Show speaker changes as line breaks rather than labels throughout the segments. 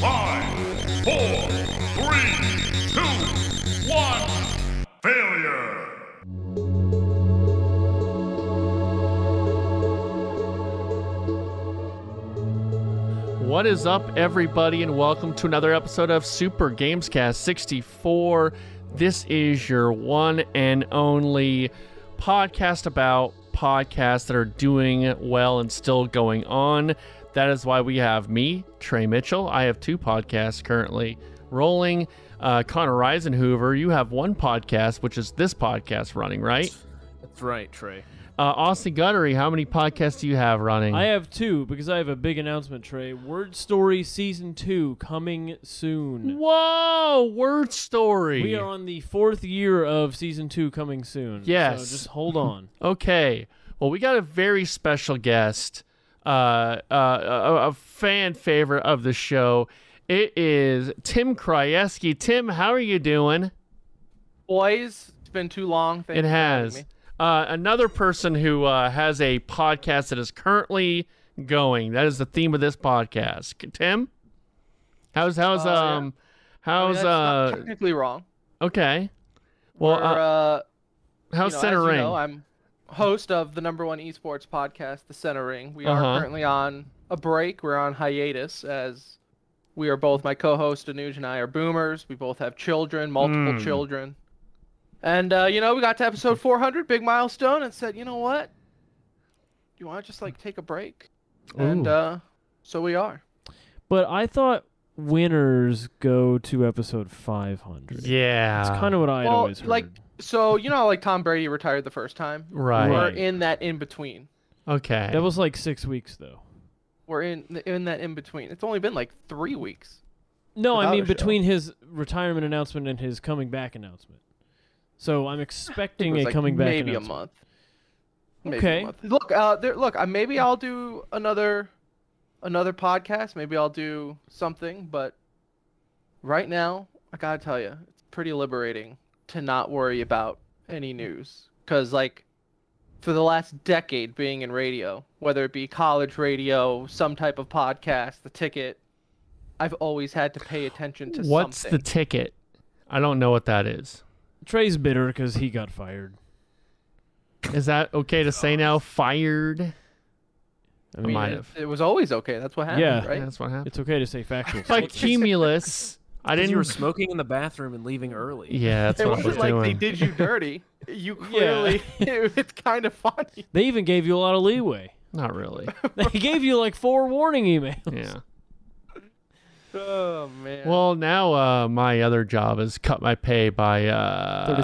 Five, four, three, two, one. Failure.
What is up, everybody, and welcome to another episode of Super Gamescast 64. This is your one and only podcast about podcasts that are doing well and still going on. That is why we have me, Trey Mitchell. I have two podcasts currently rolling. Uh, Connor Reisenhoover, you have one podcast, which is this podcast running, right?
That's right, Trey.
Uh, Austin Guttery, how many podcasts do you have running?
I have two because I have a big announcement, Trey. Word Story Season 2 coming soon.
Whoa, word story.
We are on the fourth year of Season 2 coming soon.
Yes.
So just hold on.
Okay. Well, we got a very special guest, uh, uh, a, a fan favorite of the show. It is Tim Krajewski. Tim, how are you doing?
Boys, it's been too long. Thank
It
you for having
has.
me.
Uh, another person who uh, has a podcast that is currently going. That is the theme of this podcast. K- Tim, how's how's
Uh, yeah.
um
I mean,
how's
that's not
uh
technically wrong.
okay? Well,
We're,
uh,
uh,
how's
you know,
Center
as you
Ring?
know, I'm host of the number one esports podcast, The Center Ring. We
Uh-huh.
are currently on a break. We're on hiatus as we are both my co-host Anuj and I are boomers. We both have children, multiple
Mm.
children. And uh, you know, we got to episode 400, big milestone, and said, you know what? You want to just like take a break? And
Ooh.
uh, so we are.
But I thought winners go to episode 500.
yeah,
That's kind of what I had
Well,
always heard.
like- So you know, how, like Tom Brady retired the first time.
right.
We're
Right.
in that in between.
Okay,
that was like six weeks, though.
We're in in that in between. It's only been like three weeks.
No, I
Without
mean
a show.
between his retirement announcement and his coming back announcement. So I'm expecting
It
a
was, like,
coming back
maybe a
announcement.
month. Maybe
Okay.
A month. Look, uh, there, look. Uh, maybe I'll do another another podcast. Maybe I'll do something. But right now, I gotta tell you, it's pretty liberating to not worry about any news because like. For the last decade being in radio, whether it be college radio, some type of podcast, the ticket, I've always had to pay attention to
What's
something.
the ticket? I don't know what that is.
Trey's bitter because he got fired.
Is that okay to say now? Fired?
I
I
mean,
might
it,
have.
it was always okay. That's what happened,
Yeah.
right?
That's what happened.
it's okay to say factual.
By cumulus, I didn't.
you were smoking in the bathroom and leaving early.
yeah, that's
it
what I was
wasn't like
doing.
they did you dirty. You clearly, it's kind of funny.
they even gave you a lot of leeway.
Not really.
They gave you like four warning emails.
Yeah.
Oh man.
Well, now uh, my other job is cut my pay by uh,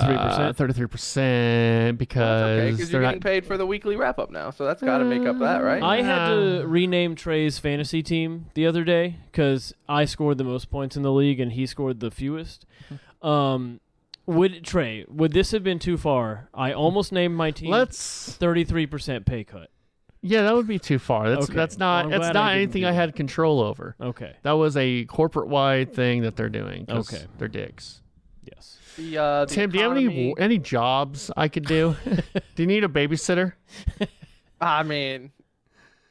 33%.
Thirty-three percent because
okay, because
they're
you're
not. Uh,
getting paid for the weekly wrap up now, so that's got to make up that, right?
I had to
Yeah.
rename Trey's fantasy team the other day because I scored the most points in the league and he scored the fewest.
Mm-hmm.
Um, would Trey? Would this have been too far? I almost named my team.
Let's.
thirty-three percent pay cut.
Yeah, that would be too far. That's
Okay.
that's
Well,
not
I'm
that's
glad
not
I didn't
anything
do
I
that.
had control over.
Okay.
That was a corporate-wide thing that they're doing. 'cause
Okay.
They're dicks.
Yes.
The, uh, the
Tim, do you have any
economy-
any jobs I could do? do you need a babysitter?
I mean,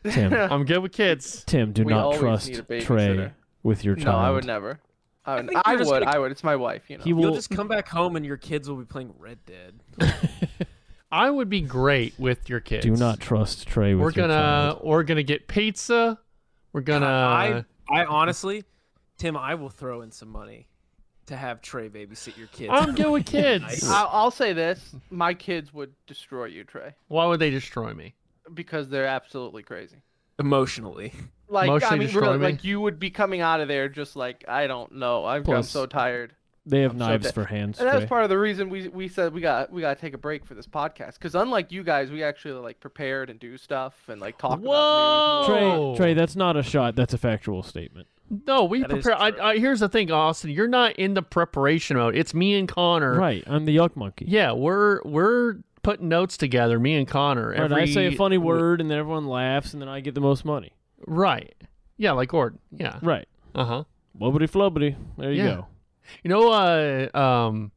Tim,
I'm good with kids.
Tim, do
We
not
always
trust
need a
Trey
babysitter.
with your child.
no, I would never. I would.
think
I
you're just
would.
gonna-
I would. It's my wife, you know.
He
You'll
will.
just come back home and your kids will be playing Red Dead.
I would be great with your kids.
do not trust Trey with
We're
your
gonna
child.
we're gonna get pizza. We're gonna.
I I honestly, Tim, I will throw in some money to have Trey babysit your kids.
I'm good with kids.
I'll, I'll say this: my kids would destroy you, Trey,
Why would they destroy me?
because they're absolutely crazy.
emotionally.
Like I
Emotionally
mean,
destroy
really,
me?
like you would be coming out of there just like I don't know. I'm, I'm
Plus-
so tired.
They have
I'm so
knives
dead.
for hands.
And that was
Trey.
part of the reason we we said we got we got to take a break for this podcast because unlike you guys, we actually like prepared and do stuff and like talk about
Whoa!
news.
Trey,
Oh.
Trey, that's not a shot. That's a factual statement.
No, we
That is
prepare. I,
true.
I, here's the thing, Austin. You're not in the preparation mode. It's me and Connor.
Right. I'm the yuck monkey.
Er, Yeah, we're we're putting notes together. Me and Connor.
Right,
every,
I say a funny word and then everyone laughs and then I get the most money.
Right. Yeah, like Gordon. Yeah.
Right.
Uh huh.
Wobbity flubbity. There you
Yeah.
go.
You know, uh, um,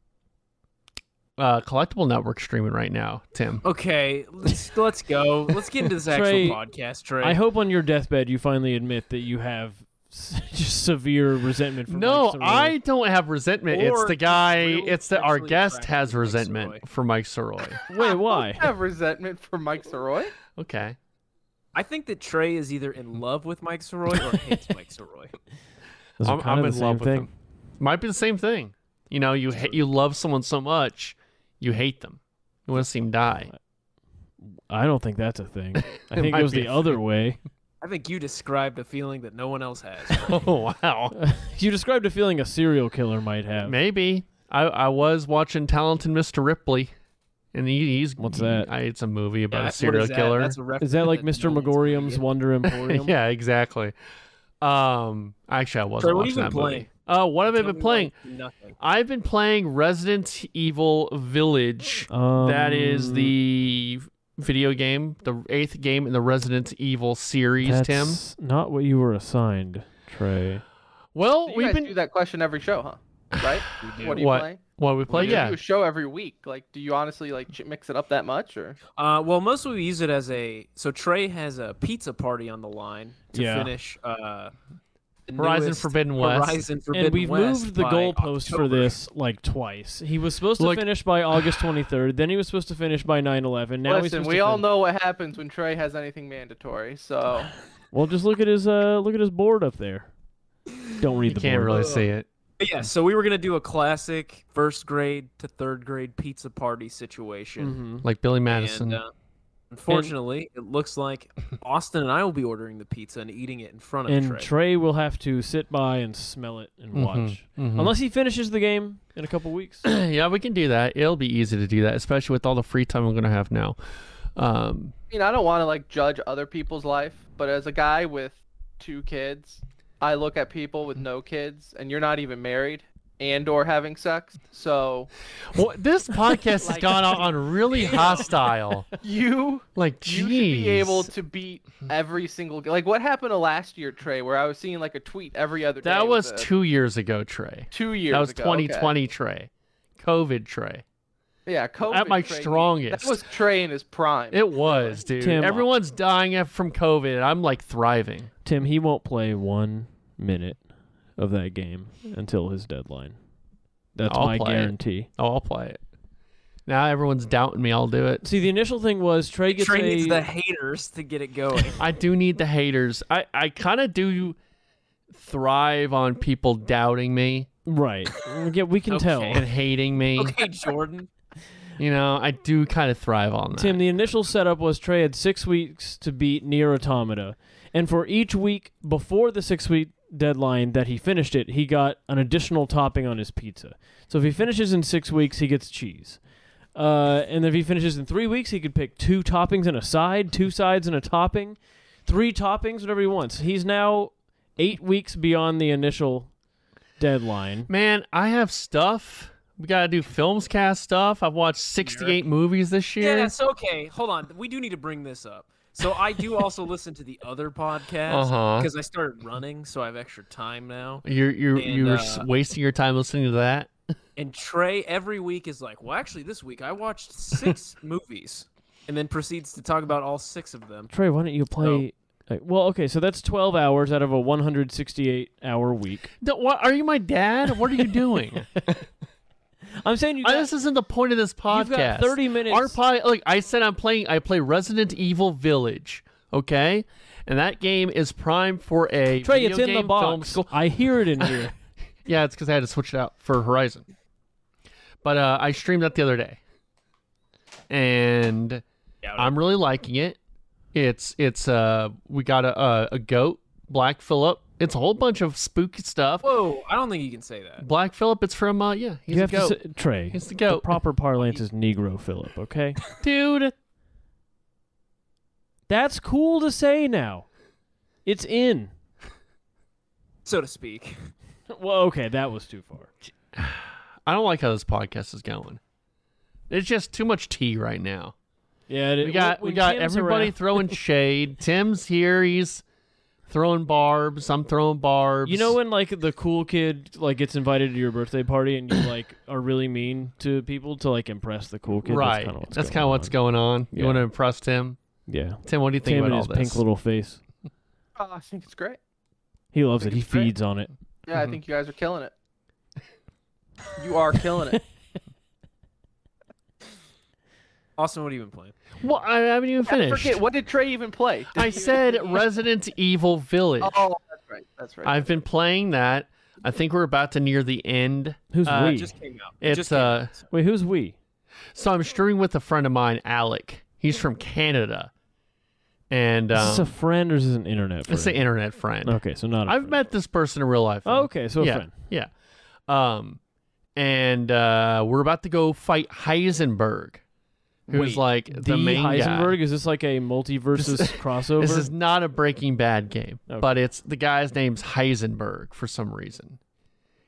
uh, collectible network streaming right now, Tim.
Okay, let's let's go. Let's get into this actual
Trey,
podcast, Trey.
I hope on your deathbed you finally admit that you have s- just severe resentment for Mike
No,
Cerulli.
I don't have resentment. it's
Or
the guy.
he's really
It's that our
sexually
guest
attracted
has
to Mike
resentment
Soroy.
for Mike Soroy.
Wait, why?
I have resentment for Mike Soroy.
okay.
I think that Trey is either in love with Mike Soroy or hates Mike Soroy.
Those are
I'm,
kind
I'm
of
in
the same
love with
thing.
him. Might be the same thing. You know, you ha- you love someone so much, you hate them. You want to see them die.
I don't think that's a thing. I
It
think
might
it was
be
the
a
other way.
I think you described a feeling that no one else has.
Oh wow.
you described a feeling a serial killer might have.
Maybe I I was watching Talented Mr. Ripley, and he, he's
What's that?
I, it's a movie about
That-
a
what
serial
is that?
killer.
That's a reference
Is that like Mr.
no one's gonna
Megorium's
get.
Wonder Emporium?
yeah, exactly. Um, actually, I wasn't
Trey,
watching
what have you been
that
playing?
movie. Uh, what have I
Tell me,
been
like,
playing?
Nothing.
I've been playing Resident Evil Village.
Um,
that is the video game, the eighth game in the Resident Evil series. Tim.
that's Not what you were assigned, Trey.
Well,
You
we've
guys
been
do that question every show, huh? Right? What are you
What?
playing?
what we play.
you
Yeah,
do a show every week. Like, do you honestly like ch- mix it up that much, or
Uh, well, mostly we use it as a. So Trey has a pizza party on the line to
Yeah.
finish. Uh, the
Horizon
newest
Forbidden West.
Horizon Forbidden
And we've
West
moved the
by
goalpost for
October.
this like twice. He was supposed to
Look-
finish by August 23rd. Then he was supposed to finish by 9/11. Now he's
listen?
supposed
We
to
all
finish-
know what happens when Trey has anything mandatory. So
Well, just look at his uh, look at his board up there. Don't read
you
the
can't
board.
really see it.
But yeah, so we were gonna do a classic first grade to third grade pizza party situation.
Mhm.
Like Billy Madison.
And, uh, unfortunately, it looks like Austin and I will be ordering the pizza and eating it in front of
And
Trey.
Trey. will have to sit by and smell it and watch,
Mm-hmm.
unless he finishes the game in a couple weeks.
yeah, we can do that. It'll be easy to do that, especially with all the free time I'm gonna have now. Um,
I mean, I don't want to like judge other people's life, but as a guy with two kids, I look at people with no kids, and you're not even married and or having sex. So
well, this podcast has gone out on really hostile.
you
Like, geez.
you should be able to beat every single like what happened to last year, Trey, where I was seeing like a tweet every other day.
that
with
was
a-
two years ago, Trey.
two years.
that was
ago. Okay.
2020, Trey. COVID, Trey.
Yeah, COVID
At my
Trey,
strongest.
That was Trey in his prime.
It was, dude.
Tim, uh,
Everyone's dying af- from COVID, and I'm like thriving.
Tim, he won't play one minute of that game until his deadline. That's
I'll
my
play it.
guarantee.
Oh, I'll play it. Now everyone's doubting me. I'll do it.
See, the initial thing was Trey gets
Trey
a.
needs the haters to get it going.
I do need the haters. I, I kind of do thrive on people doubting me
Right. Yeah, we can
Okay.
tell.
and hating me.
okay, Jordan.
You know, I do kind of thrive on that.
Tim, the initial setup was Trey had six weeks to beat Near Automata. And for each week before the six week deadline that he finished it, he got an additional topping on his pizza. So if he finishes in six weeks, he gets cheese. Uh, and if he finishes in three weeks, he could pick two toppings and a side, two sides and a topping, three toppings, whatever he wants. He's now eight weeks beyond the initial deadline.
Man, I have stuff. We got to do films cast stuff. I've watched 68 movies this year.
Yes, okay. Hold on. We do need to bring this up. So I do also listen to the other podcast
Uh-huh.
because I started running, so I have extra time now.
You're you're
And,
you're
uh,
s wasting your time listening to that.
And Trey every week is like, "Well, actually, this week I watched six movies," and then proceeds to talk about all six of them.
Trey, why don't you play? like, well, okay, so that's 12 hours out of a 168 hour week.
No, what, are you my dad? What are you doing?
I'm saying you
I-
got,
this isn't the point of this podcast.
you've got 30 minutes.
Our pod, like I said, I'm playing. I play Resident Evil Village. Okay, and that game is prime for a
Trey,
video
it's in the
game film
box.
school.
I hear it in here.
Yeah, it's because I had to switch it out for Horizon. But uh, I streamed that the other day, and I'm really liking it. It's it's uh we got a a, a goat, Black Phillip. It's a whole bunch of spooky stuff.
Whoa, I don't think you can say that.
Black Phillip. It's from uh yeah he's
you
a
have
goat.
to say, Trey.
He's the goat.
proper parlance is Negro Philip. Okay,
dude.
that's cool to say now. It's in.
so to speak.
Well, okay, that was too far.
I don't like how this podcast is going. It's just too much tea right now.
Yeah, it,
We got
when-
we
when
got
Tim's
everybody
around-
throwing shade. Tim's here. He's throwing barbs. I'm throwing barbs.
You know when like the cool kid like gets invited to your birthday party and you like are really mean to people to like impress the cool kid.
right? That's kind of what's going on. You
Yeah.
want to impress Tim?
Yeah.
Tim, what do you think
Tim and
about all
his
this?
pink little face.
Oh, I think it's great.
He loves it. He
great.
feeds on it.
Yeah,
Mm-hmm.
I think you guys are killing it. You are killing it.
Austin, what have you been playing?
well, I haven't even
I
finished.
forget what did Trey even play? Did
I
you-
said Resident Evil Village.
Oh, that's right. That's
Um,
right.
I've been playing that. I think we're about to near the end.
Who's
Uh,
we?
It just came out. It
It's
just came
uh,
out.
Wait, who's we?
so I'm streaming with a friend of mine, Alec. He's from Canada, and
Is
um,
this a friend or is this an internet friend?
it's an internet friend.
Okay, so not. A
I've
friend.
met this person in real life. though.
Okay, so a
yeah,
friend.
yeah. Um, and uh, we're about to go fight Heisenberg, who's
Wait,
like the,
The
main guy.
Heisenberg is this like a multiversus crossover?
This is not a Breaking Bad game,
Okay.
but it's the guy's name's Heisenberg for some reason.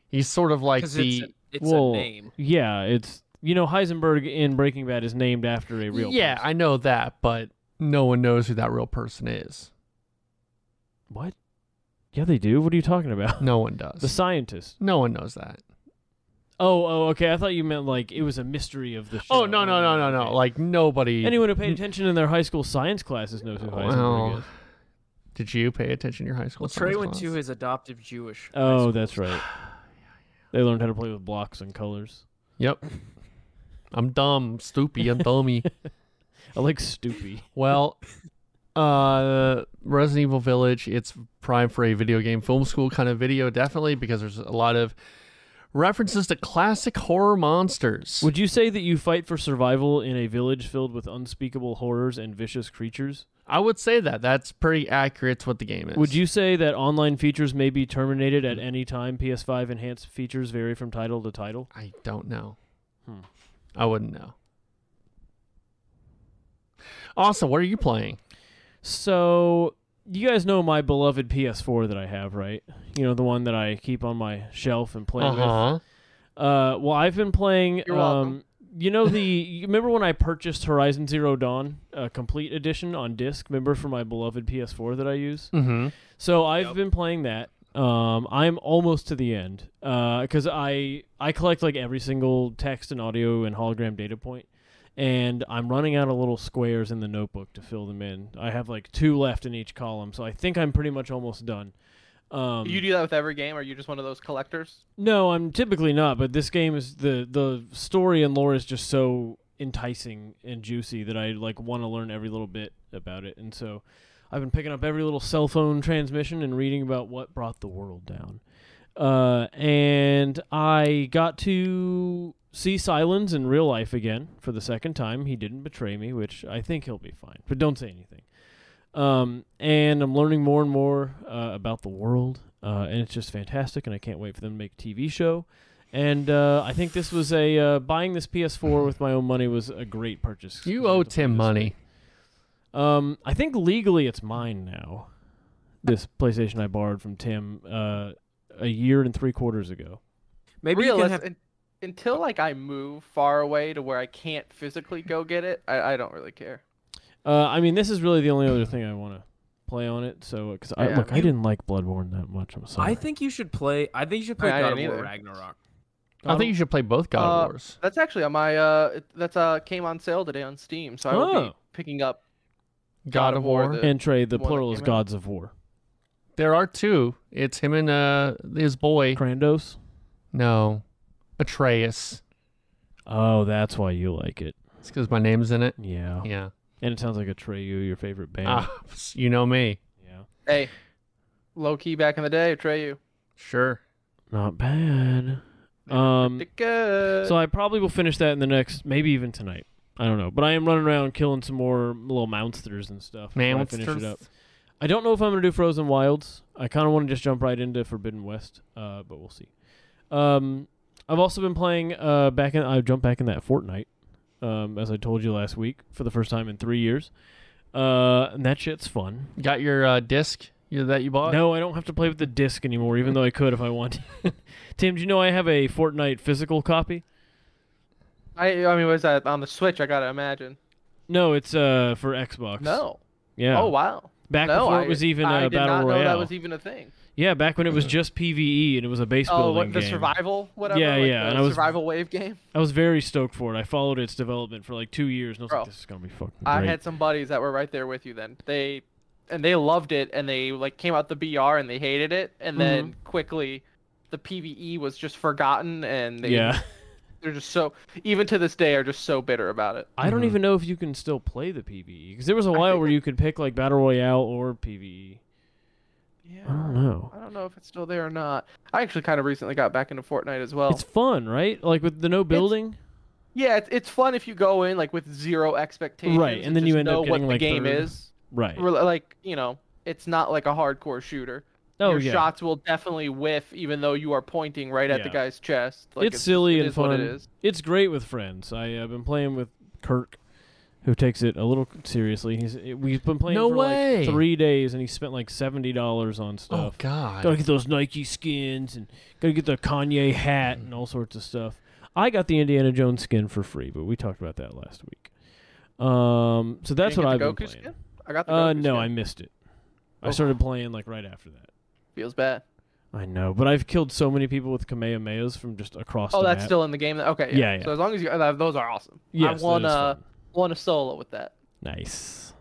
He's sort of like
'Cause
the
it's, a, it's a
well,
name.
yeah, it's you know Heisenberg in Breaking Bad is named after a real.
yeah,
person.
I know that, but no one knows who that real person is.
What? Yeah, they do. What are you talking about?
No one does.
The scientist.
no one knows that.
Oh, oh, okay. I thought you meant like it was a mystery of the show.
Oh no no no no no!
okay.
Like nobody.
anyone who paid attention in their high school science classes knows who Heisenberg
Well,
is.
Did you pay attention to your high school?
Well, Trey
science
went
class?
to his adoptive Jewish. high
Oh,
school.
that's right. They learned how to play with blocks and colors.
Yep. I'm dumb, stupid, I'm dummy.
I like Stoopy.
Well, uh, Resident Evil Village, it's prime for a video game film school kind of video, definitely, because there's a lot of references to classic horror monsters.
Would you say that you fight for survival in a village filled with unspeakable horrors and vicious creatures?
I would say that. That's pretty accurate to what the game is.
Would you say that online features may be terminated at any time? PS5 enhanced features vary from title to title.
I don't know.
Hmm.
I wouldn't know. Awesome. What are you playing?
So, you guys know my beloved PS4 that I have, right? You know, the one that I keep on my shelf and play with.
Uh-huh.
Uh, well, I've been playing.
You're
um,
welcome.
You know the. You remember when I purchased Horizon Zero Dawn, uh, complete edition on disc? Remember for my beloved PS4 that I use.
Mm-hmm.
So I've been playing that. Um, I'm almost to the end because I I collect like every single text and audio and hologram data point, and I'm running out of little squares in the notebook to fill them in. I have like two left in each column, so I think I'm pretty much almost done. Um,
you do that with every game? Are you just one of those collectors?
no, I'm typically not, but this game is the the story and lore is just so enticing and juicy that I like want to learn every little bit about it. And so I've been picking up every little cell phone transmission and reading about what brought the world down. Uh, and I got to see Silence in real life again for the second time. He didn't betray me, which I think he'll be fine. But don't say anything. Um, and I'm learning more and more uh, about the world, uh, and it's just fantastic. And I can't wait for them to make a TV show. And uh, I think this was a uh, buying this PS4 with my own money was a great purchase.
You owe Tim money.
Um, I think legally it's mine now. This PlayStation I borrowed from Tim uh, a year and three quarters ago.
Maybe you
Realis-
can have
un- until like I move far away to where I can't physically go get it, I, I don't really care.
Uh, I mean, this is really the only other thing I want to play on it. So, because I
Yeah.
look, I
You-
didn't like Bloodborne that much. I'm sorry.
I think you should play. I think you should play
I
God of
didn't
War
either.
Ragnarok.
I think you should play both God
Uh,
of Wars.
That's actually on my uh it- that's uh came on sale today on Steam, so I will
Oh.
be picking up
God of War.
the-
Um, and Trey, the
one that
plural is
came out.
Gods of War.
There are two. It's him and uh his boy.
Krandos.
No, Atreus.
Oh, that's why you like it.
It's because my name's in it.
Yeah.
Yeah.
And it sounds like a Atreyu, your favorite band.
Ah, you know me.
Yeah.
Hey, low key back in the day, Atreyu.
Sure.
Not bad. Um.
Good.
So I probably will finish that in the next, maybe even tonight. I don't know, but I am running around killing some more little monsters and stuff. before I finish it up. I don't know if I'm gonna do Frozen Wilds. I kind of want to just jump right into Forbidden West, uh, but we'll see. Um, I've also been playing uh, back in. I've jumped back in that Fortnite, um, as I told you last week, for the first time in three years. Uh, and that shit's fun.
Got your uh, disc you- that you bought?
No, I don't have to play with the disc anymore, even though I could if I want. Tim, do you know I have a Fortnite physical copy?
I I mean was that on the Switch? I gotta imagine.
No, it's uh for Xbox.
No.
Yeah.
Oh wow.
Back
no,
before
I,
it was even
I
a
did
battle
not know that
royale.
was even a thing.
yeah, back when it was just PVE and it was a base
Oh,
building
what, the
game.
survival, whatever.
Yeah,
like
yeah,
The
and I was-
survival wave game.
I was very stoked for it. I followed its development for like two years, and I was like,
Bro,
"This is gonna be fucking great."
I had some buddies that were right there with you then. They and they loved it and they like came out the BR and they hated it
Mm-hmm.
and then quickly the PvE was just forgotten and they
yeah,
they're just so even to this day are just so bitter about it.
I don't even know if you can still play the PVE because there was a while
think
where you could pick like battle royale or E. PVE.
Yeah.
I don't know.
I don't know if it's still there or not. I actually kind of recently got back into Fortnite as well.
It's fun, right? Like with the no building.
yeah, it's, it's fun if you go in like with zero expectations.
and then you
just
end up
know what
getting,
the
like,
game
third.
is.
Right.
Re- Like you know, it's not like a hardcore shooter.
Oh
your
yeah.
shots will definitely whiff, even though you are pointing right at the
Yeah.
guy's chest. Like,
it's silly
it
and
is
fun.
What it is.
It's great with friends. I, I've been playing with Kirk, who takes it a little seriously. He's we've been playing
No
for
way.
like three days, and he spent like seventy dollars on stuff.
Oh God.
Gotta get those Nike skins and gotta get the Kanye hat and all sorts of stuff. I got the Indiana Jones skin for free, but we talked about that last week. Um, so that's
You
what
didn't
I've
get
been
the Goku
playing.
skin? I got the
Uh,
Goku
no, I
skin.
missed it. I
Oh.
started playing like right after that.
feels bad.
I know, but I've killed so many people with Kamehamehas from just across
Oh,
the
that's
map.
still in the game. then? Okay,
Yeah, yeah.
So as long as you, uh, those are awesome.
Yes, that is
I wanna
fun.
wanna solo with that.
Nice.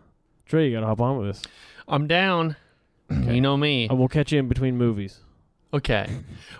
Trey, you gotta hop on with this.
I'm down. You know me.
I will catch you in between movies.
Okay.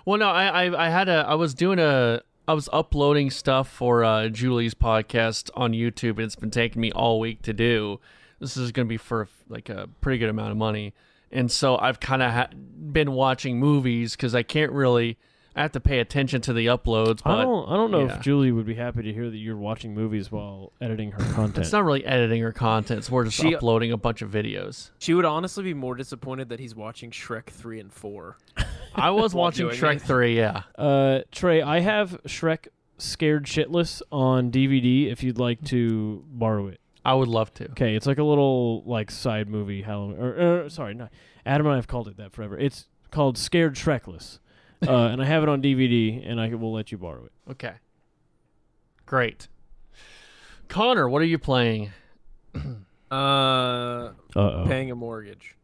Well, no, I, I I had a I was doing a I was uploading stuff for uh, Julie's podcast on YouTube, and it's been taking me all week to do. This is going to be for like a pretty good amount of money, and so I've kind of ha- been watching movies because I can't really. I have to pay attention to the uploads, but
Oh.
I don't. I don't know
yeah.
if Julie would be happy to hear that you're watching movies while editing her content.
it's not really editing or content. It's we're just
She-
uploading a bunch of videos.
She would honestly be more disappointed that he's watching Shrek 3 and 4.
I was
While
watching
doing
Shrek
it.
Three. Yeah.
uh, Trey, I have Shrek Scared Shitless on DVD. If you'd like to borrow it,
I would love to.
okay. It's like a little like side movie Halloween. Or, or sorry, not Adam and I have called it that forever. It's called Scared Shrekless, uh, and I have it on DVD, and I will let you borrow it.
Okay. Great. Connor, what are you playing?
Uh,
Uh
paying a mortgage.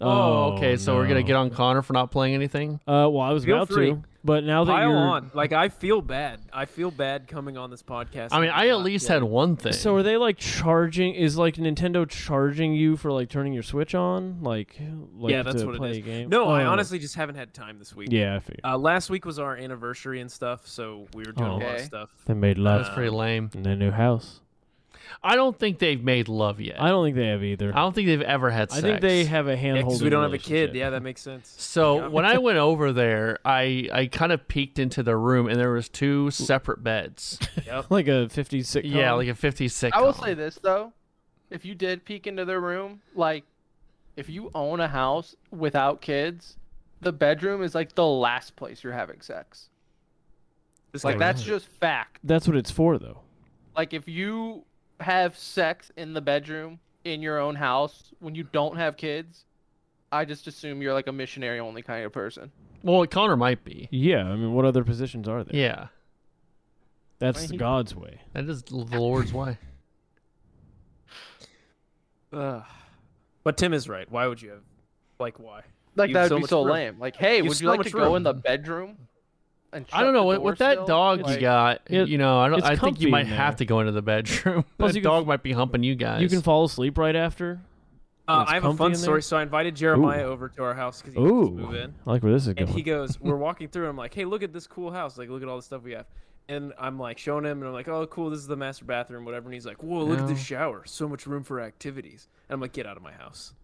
Oh, okay. So we're gonna
no.
get on Connor for not playing anything.
Uh, well, I was
Feel
about
free.
to, but now that
Pile
you're
on. Like, I feel bad. I feel bad coming on this podcast.
I mean,
and
I at
not
least had
getting-
one thing.
So are they like charging? Is like Nintendo charging you for like turning your Switch on? Like, like
yeah, that's
to
what
play
it is.
a game?
No, I
Oh.
honestly just haven't had time this week.
Yeah, I figured.
Uh, last week was our anniversary and stuff, so we were doing a lot of
Okay.
stuff.
They made
That's
love
pretty lame.
in their new house.
I don't think they've made love yet.
I
I
don't think they have either.
don't think they've ever had
I
sex.
think they have a
Yeah,
handhold.
'cause we don't have a kid. Yeah, that makes sense.
So when I went over there, I I kind of peeked into their room and there was two separate beds.
like a 50s sitcom.
yeah, like a 56.
I will say this though, if you did peek into their room, like if you own a house without kids, the bedroom is like the last place you're having sex.
This
Like
guy-
that's just fact.
that's what it's for though.
Like if you have sex in the bedroom in your own house when you don't have kids, I just assume you're like a missionary only kind of person.
Well, Connor might be.
Yeah, I mean, what other positions are there?
Yeah,
that's God's way.
that is the Lord's way.
Ugh. But Tim is right. Why would you have? Like, why?
Like
You've
that would
so
be
much
so
room.
lame. Like, hey,
You've
would you
so
like
much
to go
room.
in the bedroom? And
I don't
shut
know
the
what
door
with that
still?
dog
Like,
you got.
It-
you know, I don't.
it's
I think
comfy
you
in
might have
there.
to go into the bedroom.
Plus
Plus, that
you can-
dog might be humping you guys.
You can fall asleep right after.
Uh,
It's
I have a
comfy in
fun
there?
story. So I invited Jeremiah
Ooh.
over to our house because he was
Ooh,
just move in.
I like where this is
And
going.
he goes, We're walking through. And I'm like, Hey, look at this cool house. Like, look at all the stuff we have. And I'm like showing him, and I'm like, Oh, cool. This is the master bathroom, whatever. And he's like, Whoa, look at this
No.
shower. So much room for activities. And I'm like, Get out of my house.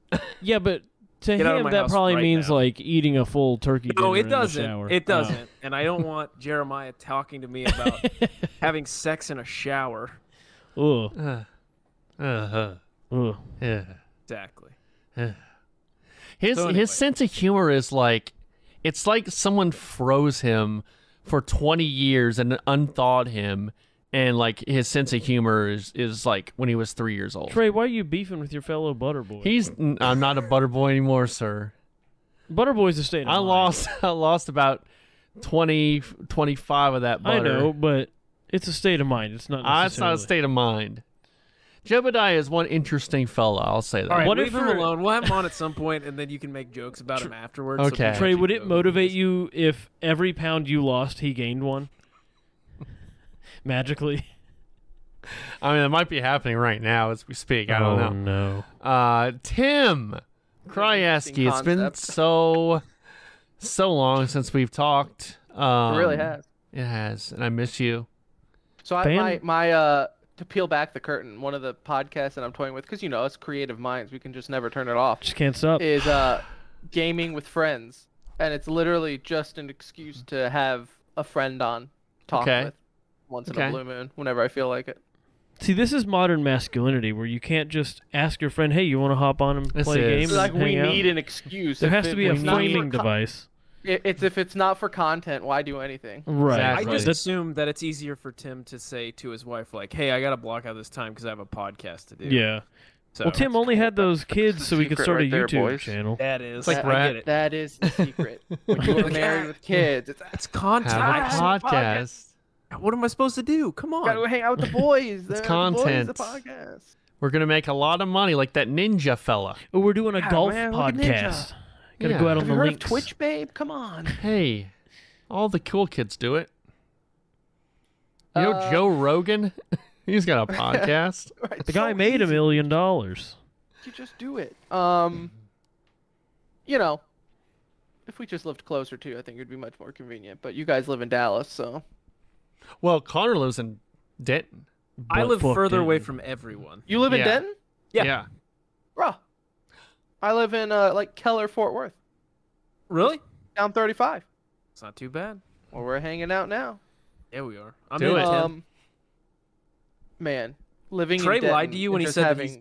yeah, but to
Get out of
him
my
that
house
probably
right
means
now.
like eating a full turkey.
No,
dinner
it
in the
doesn't.
shower.
It
Oh.
doesn't. And I don't want Jeremiah talking to me about having sex in a shower.
Oh. Ugh.
Uh huh.
Ugh.
Yeah.
Exactly.
His
So anyway.
his sense of humor is like it's like someone froze him for 20 years and unthawed him and like his sense of humor is, is like when he was 3 years old.
Trey, why are you beefing with your fellow Butterboy?
He's n- I'm not a butter boy anymore, sir.
Butterboy's a state. of
I
mind.
lost I lost about 20 25 of that
I
butter.
know, but it's a state of mind. It's not.
Ah, it's not a
necessarily-
state of mind. Jebediah is one interesting fella. I'll say that.
All right,
What if
leave him
we're-
alone. We'll have him on at some point, and then you can make jokes about him afterwards.
Okay.
people
Trey,
keep
would it
going.
motivate you if every pound you lost, he gained one? Magically.
I mean, it might be happening right now as we speak. I don't
oh,
know.
no.
Uh, Tim Kryaski,
Interesting
it's been
concept.
so so long since we've talked. Um,
it really has.
It has, and I miss you.
So I,
Fan-
my my uh to peel back the curtain, one of the podcasts that I'm toying with, because you know us creative minds, we can just never turn it off,
Just can't stop.
is uh gaming with friends, and it's literally just an excuse to have a friend on talk
Okay.
with once in
Okay.
a blue moon, whenever I feel like it.
See, this is modern masculinity where you can't just ask your friend, hey, you want to hop on and
This
play a
is-
game?
It's
and
like we
hang out?"
need an excuse.
There
If
has
it
to be a
was not for
framing
con-
device.
It- It's if it's not for content, why do anything?
Right.
I
Exactly.
just
That's-
assume that it's easier for Tim to say to his wife, like, "Hey, I gotta block out this time because I have a podcast to do."
yeah.
So
Well, Tim only had those kids
the
so we could
secret
start a
right there,
YouTube
boys.
channel.
that is
like
I- I,
rat-
get it.
That is the secret. when you are married with kids, it's
It's content.
Have a
I-
podcast.
What am I supposed to do? Come on.
gotta hang out with the
It's
boys. They're the boys,
content.
The podcast.
We're gonna make a lot of money, like that ninja fella.
Oh, we're doing a
Yeah,
golf
man, look at
podcast. Gotta
Yeah.
go out on
Have you
the
heard
links.
of Twitch, babe? Come on.
Hey, all the cool kids do it. You know
Uh,
Joe Rogan? He's got a podcast.
Right,
The guy
so
made a
easy.
million dollars.
You just do it. Um, you know, if we just lived closer to, you, I think it'd be much more convenient. But you guys live in Dallas, so
well, Connor lives in Denton.
I
But
live
fuck
further
it.
away from everyone.
you live in
Yeah.
Denton,
Yeah.
Bruh. I live in uh like Keller, Fort Worth.
Really?
Down 35,
It's not too bad.
where we're hanging out now.
Yeah, we are. I'm
Do
in
it.
Tim.
Um, man, living.
Trey
in Denton
lied to you when
and
he
just
said that
having
he's-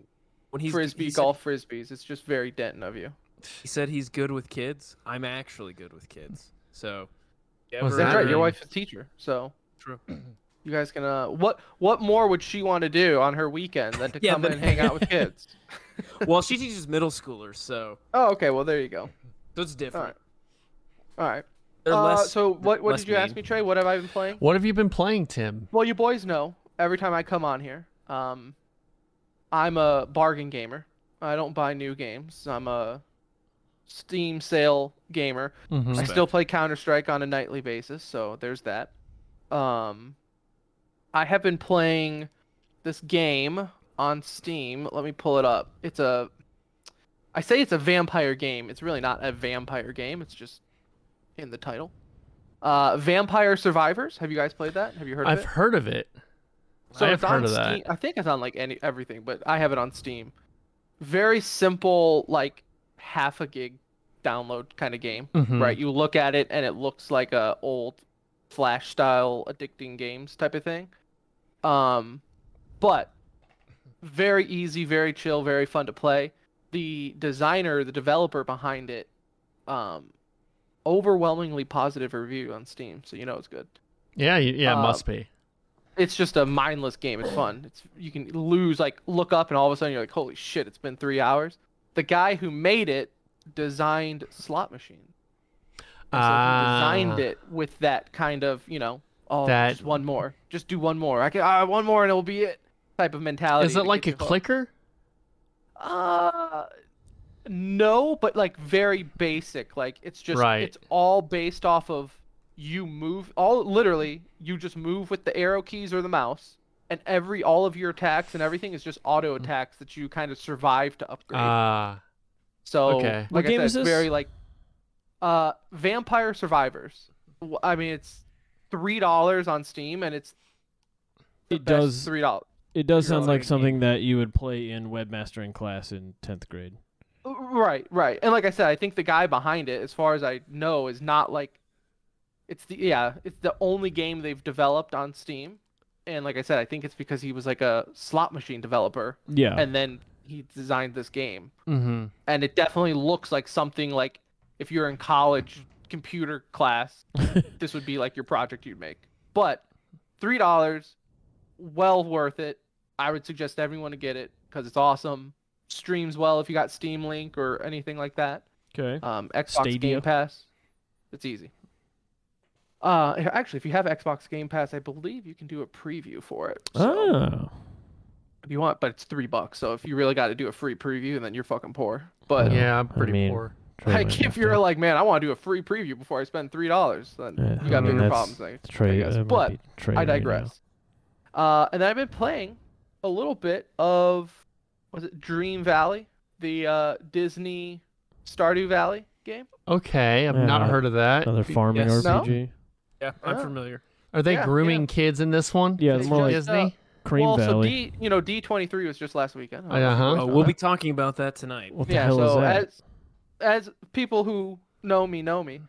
when he's
frisbee
he said-
golf frisbees. It's just very Denton of you.
he said he's good with kids. I'm actually good with kids. So.
Well,
ever-
That's right. Your
Right.
wife's a teacher, so
True.
you guys can. Uh, what what more would she want to do on her weekend than to
Yeah,
come
but-
in and hang out with kids?
Well, she teaches middle schoolers, so
Oh, okay. Well, there you go.
so it's different.
Alright. All right.
They're
Uh,
less.
so what what
less
did you ask me,
mean.
Trey? What have I been playing?
What have you been playing, Tim?
Well, you boys know every time I come on here, um, I'm a bargain gamer. I don't buy new games. I'm a Steam sale gamer.
Mhm.
I still play Counter Strike on a nightly basis, so there's that. Um, I have been playing this game on Steam. Let me pull it up. It's a, I say it's a vampire game. It's really not a vampire game. It's just in the title. Uh, Vampire Survivors. Have you guys played that? Have you heard of
I've
it?
heard of it.
So
I have
it's on
heard of that.
Steam. I think it's on like any everything, but I have it on Steam. Very simple, like half a gig download kind of game,
Mhm.
right? You look at it and it looks like a old Flash style addicting games type of thing. Um, but very easy, very chill, very fun to play. The designer, the developer behind it, um, overwhelmingly positive review on Steam, so you know it's good
Yeah, you, yeah, it
Uh,
must be.
it's just a mindless game. It's fun. It's you can lose like look up and all of a sudden you're like, holy shit, it's been three hours. The guy who made it designed slot machines. And so he designed
Ah.
it with that kind of you know, oh,
That-
just one more, just do one more. I can ah, one more and it'll be it type of mentality.
Is it
to
like a
get you hooked.
clicker?
Uh, no, but like very basic. Like it's just
Right.
it's all based off of you move all literally you just move with the arrow keys or the mouse and every all of your attacks and everything is just auto attacks that you kind of survive to upgrade.
Ah,
so
okay.
like
What
I
game
said,
is
it's
this?
very like uh Vampire Survivors. W- I mean it's $3 on Steam and it's the
It
best
does-
$3.
It does
You're
sound like
already-
something that you would play in webmastering class in 10th grade.
Right, right. And like I said, I think the guy behind it, as far as I know, is not like it's the yeah, it's the only game they've developed on Steam. And like I said, I think it's because he was like a slot machine developer
Oh.
Yeah.
and then he designed this game.
mm-hmm.
And it definitely looks like something like if you're in college computer class, this would be like your project you'd make. But $3 well worth it. I would suggest everyone to get it because it's awesome. Streams well if you got Steam Link or anything like that.
okay.
Um, Xbox
Stadia.
Game Pass, it's easy. Uh,
Oh. Ah.
if- actually, if you have Xbox Game Pass, I believe you can do a preview for it. so-
Oh.
if you want, but it's three bucks. So if you really got to do a free preview, then you're fucking poor. But
Yeah, I'm
I
pretty
mean,
poor.
Trey
like,
might
if
have
you're
to-
like, man, I want to do a free preview before I spend three dollars, then
Yeah,
you got
I mean, that's
bigger problems. I,
Trey,
guess,
that might
but
be Trey
I
right now.
digress. Uh, and then I've been playing a little bit of was it Dream Valley, the uh, Disney Stardew Valley game.
Okay, I've
Yeah,
not
no-
heard of that.
Another farming
Yes.
No?
RPG.
Yeah, I'm
Yeah.
familiar.
Are they
Yeah, yeah.
grooming kids in this one?
Yeah, it's
They
more like
just,
Disney.
uh,
Cream
well, so
Valley.
D, you know, D twenty three was just last weekend. I don't know if you
Uh-huh.
guys
Oh,
know
we'll
that.
be talking about that tonight.
what the
yeah.
hell
so
is that?
as as people who know me know me,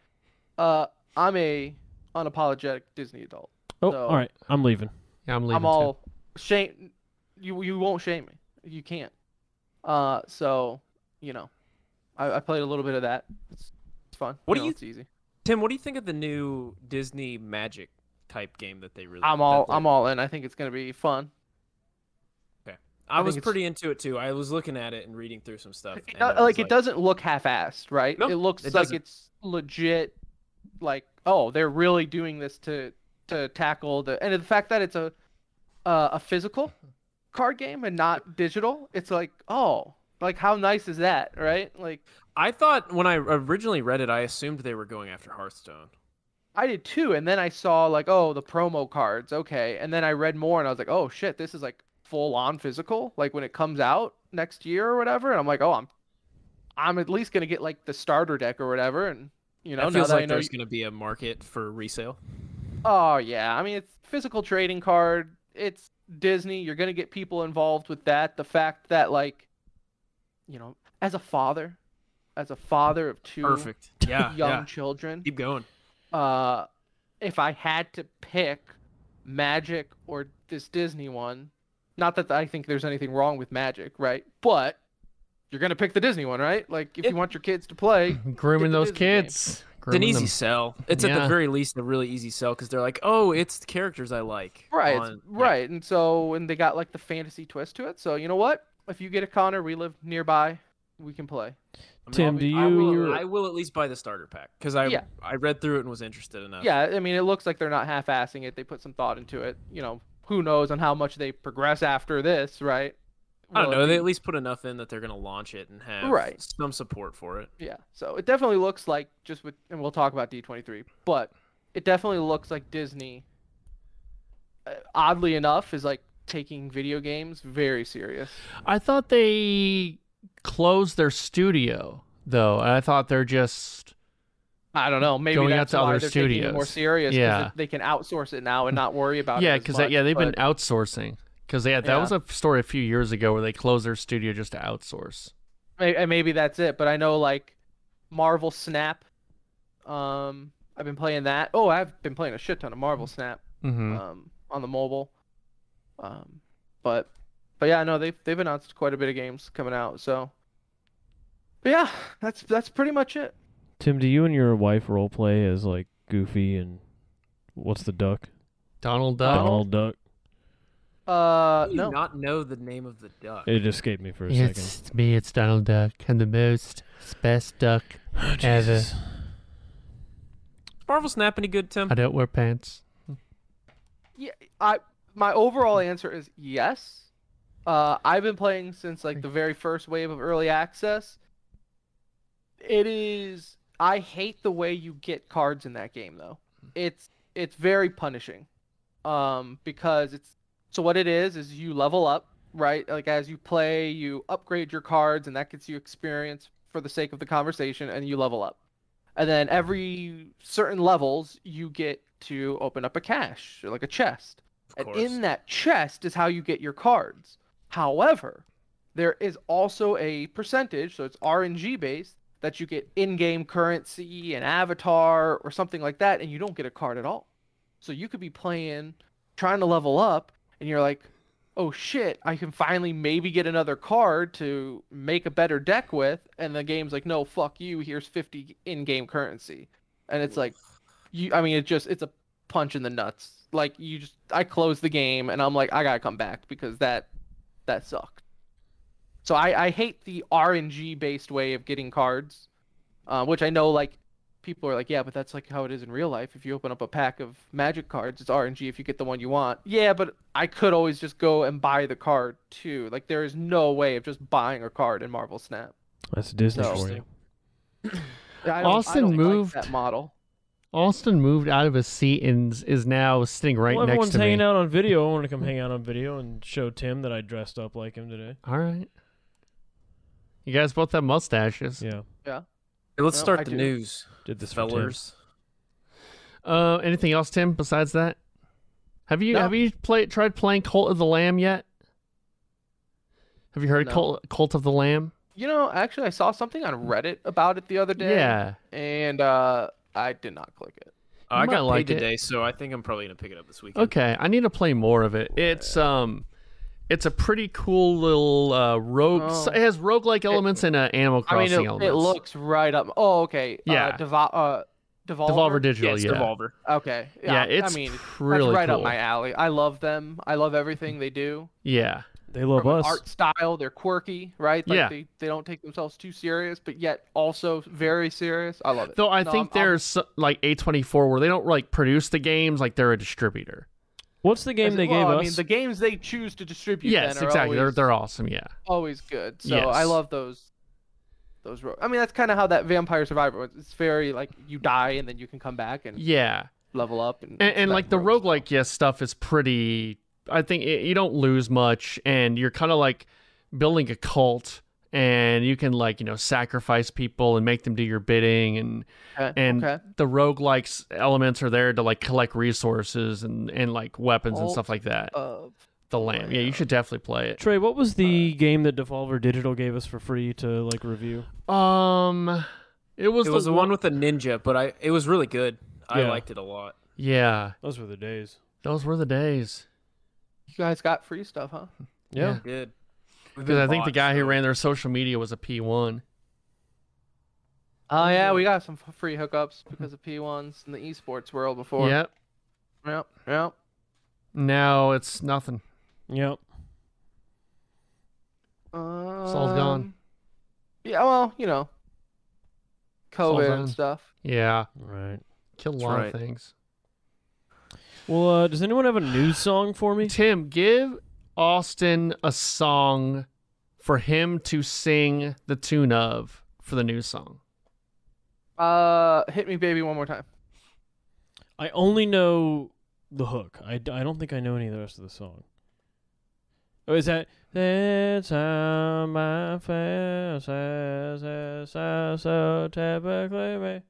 uh, I'm a unapologetic Disney adult.
oh,
so-
all right. I'm leaving.
Yeah, I'm leaving.
I'm
too.
all shame. You you won't shame me. You can't. Uh, so you know, I, I played a little bit of that. It's, it's fun.
What do
know,
you-
It's easy.
Tim, what do you think of the new Disney Magic type game that they released?
I'm all I'm all in. I think it's gonna be fun.
I,
I
was
think it's-
pretty into it too. I was looking at it and reading through some stuff.
It
and
do-
I was
like it doesn't look half-assed, right?
No,
it looks
it
like
doesn't.
it's legit. Like oh, they're really doing this to to tackle the and the fact that it's a uh, a physical card game and not digital. It's like oh, like how nice is that, right? Like
I thought when I originally read it, I assumed they were going after Hearthstone.
I did too, and then I saw like, oh, the promo cards, okay. And then I read more, and I was like, oh shit, this is like full on physical. Like when it comes out next year or whatever, and I'm like, oh, I'm, I'm at least gonna get like the starter deck or whatever, and you know,
That
now
feels
that I
like
know,
there's
you-
going to be a market for resale.
oh yeah, I mean, it's physical trading card. It's Disney. You're gonna get people involved with that. The fact that like, you know, as a father, as a father of two
Perfect. Yeah,
young
yeah.
children,
Keep going.
uh, if I had to pick Magic or this Disney one, not that I think there's anything wrong with Magic, right? But you're gonna pick the Disney one, right? Like if
It-
you want your kids to play,
grooming
the
those
Disney game.
kids.
It's an
Grooming
easy
them.
sell. It's at
Yeah.
the very least a really easy sell because they're like, oh, it's the characters I like.
right?
on-
it's-
yeah.
Right. And so and they got like the fantasy twist to it. So you know what? If you get a Connor, we live nearby. We can play.
I mean,
Tim,
I'll
do
be- I will,
you-
I will at least buy the starter pack because I
Yeah.
I read through it and was interested enough.
Yeah, I mean, it looks like they're not half-assing it. They put some thought into it. You know, who knows on how much they progress after this, right?
I don't
Will it
know. They
be-
at least put enough in that they're going to launch it and have
Right.
some support for it.
Yeah. So it definitely looks like just with and we'll talk about D23, but it definitely looks like Disney uh, oddly enough is like taking video games very serious.
I thought they closed their studio though. I thought they're just
I don't know. Maybe
Going out
that's
to
why
other
they're taking it more
studios.
serious 'cause
Yeah.
it- they can outsource it now and not worry about it.
yeah,
as
because yeah,
much,
they've been
but-
outsourcing. Because yeah, that
Yeah.
was a story a few years ago where they closed their studio just to outsource.
May- and maybe that's it but i know like marvel snap um i've been playing that oh i've been playing a shit ton of marvel snap
Mm-hmm.
um on the mobile um but but yeah no they've they've announced quite a bit of games coming out so but yeah that's that's pretty much it
Tim, do you and your wife role play as like Goofy and what's the duck?
Donald Duck.
Donald Duck.
uh
How do you
no
not know the name of the duck?
It escaped me for a second.
me. It's Donald Duck. I'm the most best duck.
Oh, Jesus.
Jesus.
Is Marvel Snap any good, Tim?
don't wear pants.
yeah i my overall answer is yes uh i've been playing since like the very first wave of early access it is i hate the way you get cards in that game though it's it's very punishing um because it's so what it is is you level up right like as you play you upgrade your cards and that gets you experience for the sake of the conversation and you level up and then every certain levels you get to open up a cache or like a chest and
Of course.
in that chest is how you get your cards however there is also a percentage so it's rng based that you get in-game currency an avatar or something like that and you don't get a card at all so you could be playing trying to level up and you're like oh shit i can finally maybe get another card to make a better deck with and the game's like no fuck you here's 50 in-game currency and it's like you i mean it just it's a punch in the nuts like you just i close the game and i'm like i gotta come back because that that sucked so i i hate the rng based way of getting cards uh, which i know like people are like, yeah, but that's like how it is in real life. If you open up a pack of magic cards, it's RNG if you get the one you want. Yeah, but I could always just go and buy the card too. Like there is no way of just buying a card in Marvel Snap.
That's Disney
So-
for you.
I don't- I
Austin
don't like
moved-
that model.
Austin moved out of his seat and is- is now sitting right
well,
next
everyone's
to me.
hanging out on video. I want to come hang out on video and show Tim that I dressed up like him today.
All right. You guys both have mustaches.
Yeah,
Hey, let's
Well,
start
I
the
do.
news,
did this for Tim.
fellers.
Uh, anything else, Tim? Besides that, have you
No.
have you played tried playing Cult of the Lamb yet? Have you heard
No.
Cult Cult of the Lamb?
You know, actually, I saw something on Reddit about it the other day.
Yeah.
And uh, I did not click it.
Uh, I
might
got paid
like it.
today, so I think I'm probably gonna pick it up this weekend.
Okay, I need to play more of it. It's um, it's a pretty cool little uh, rogue.
Oh.
It has roguelike elements and uh, Animal
I mean,
Crossing
it,
elements.
it looks right up. Oh, okay.
Yeah.
Uh, Devo- uh, Devolver.
Devolver
Yeah,
Digital,
it's
yeah.
Devolver.
Okay.
Yeah, it's
I mean, that's
really
right
cool.
up my alley. I love them. I love everything they do.
Yeah,
They love
From an
us.
art style, they're quirky, right? Like
Yeah.
They, they don't take themselves too serious, but yet also very serious. I love it.
though I
No,
think
I'm- I'm-
there's so- like A24 where they don't like produce the games, like they're a distributor.
What's the game they
well,
gave
I
us?
mean, the games they choose to distribute.
yes,
then are
exactly. They're
always- Mm-hmm.
they're awesome. Yeah.
always good. So I
Yes.
love those. Those. Ro- I mean, that's kind of how that Vampire Survivor was. It's very like you die and then you can come back and
Yeah.
level up and.
and,
it's
and
that
like the
rogue
roguelike yes stuff is pretty i think it, you don't lose much and you're kind of like building a cult and you can like you know sacrifice people and make them do your bidding and
style. Okay,
and
okay.
the roguelikes elements are there to like collect resources and and like weapons and stuff
Cult
like that
Uh,
the lamb yeah you should definitely play it
Trey, what was the game that Devolver Digital gave us for free to like review?
um it was
It
the
was the one with the ninja, but I it was really good. I
Yeah.
liked it a lot.
yeah
Those were the days.
those were the days
you guys got free stuff, huh?
Yeah.
Good. We've
because
been
i think the
bought,
guy who
so-
ran their social media was a p1
Oh yeah, we got some f- free hookups because of P1s in the esports world before.
yep
Yep. Yep.
now it's nothing
Yep.
It's
all gone.
Um, Yeah. Well, you know.
all
COVID
gone.
and stuff.
yeah
Right.
Kill a
That's
lot
right.
of things.
Well, uh, does anyone have a news song for me?
Tim, give Austin a song for him to sing the tune of for the new song.
Uh, hit me, baby, one more time.
I only know the hook. I, I don't think I know any of the rest of the song. Oh, is that that's how my face is, is, is so typically me.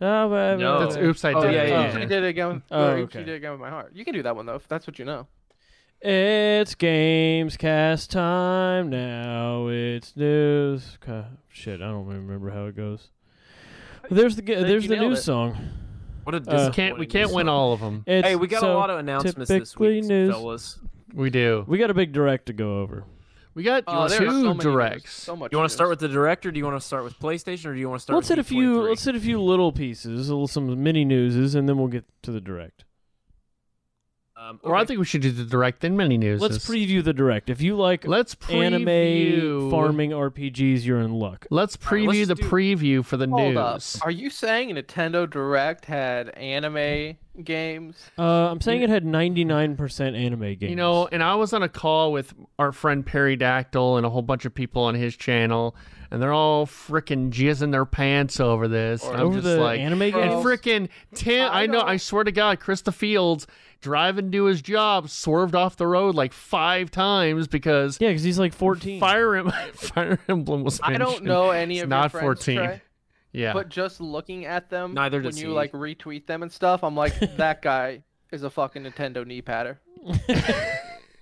No, baby.
No.
That's Oops, I
Oh,
Did
yeah,
It
yeah,
Oops,
Again.
you did it again. With,
Oh,
or oops, you
okay.
did it again with my heart. You can do that one though, if that's what you know.
It's games cast time now. It's news. Ca- Shit, I don't remember how it goes. There's the g-
think
there's
you
the
nailed
news
it.
song.
What a
Uh,
Can't we
disappointing
can't win
result.
all of them.
It's
Hey, we got a
so
lot of announcements this
typically
week,
news.
fellas.
We do.
We got a big direct to go over.
We got
Oh, there are
Uh, two
so many news,
directs.
So much.
You want
news.
to start with the director? Do you want to start with PlayStation, or do you want to start?
Let's
with
hit a few.
E23?
Let's hit a few little pieces, a little some mini newses, and then we'll get to the direct.
Um,
Or I
okay.
think we should do the direct then many news.
Let's preview the direct. If you like
Let's
anime
preview-
farming RPGs, you're in luck.
Let's
All right,
preview
let's
the
do-
preview for the
Hold up.
news.
Are you saying Nintendo Direct had anime games?
Uh, I'm saying it had 99% anime games.
You know, and I was on a call with our friend Perry Dactyl and a whole bunch of people on his channel, and they're all freaking jizzing their pants over this. And I'm
over
just
the
like,
anime
Bro.
and
games.
freaking Tim, I,
I
know,
don't-
I swear to God, Krista Fields driving to his job swerved off the road like five times because
yeah, because he's like 14.
Fire, em- Fire Emblem was.
I don't
mentioned.
know any
It's
of
not
your friends,
14.
Trey,
Yeah,
but just looking at them
Neither
when
does
you
he.
like retweet them and stuff, I'm like, that guy is a fucking Nintendo knee padder.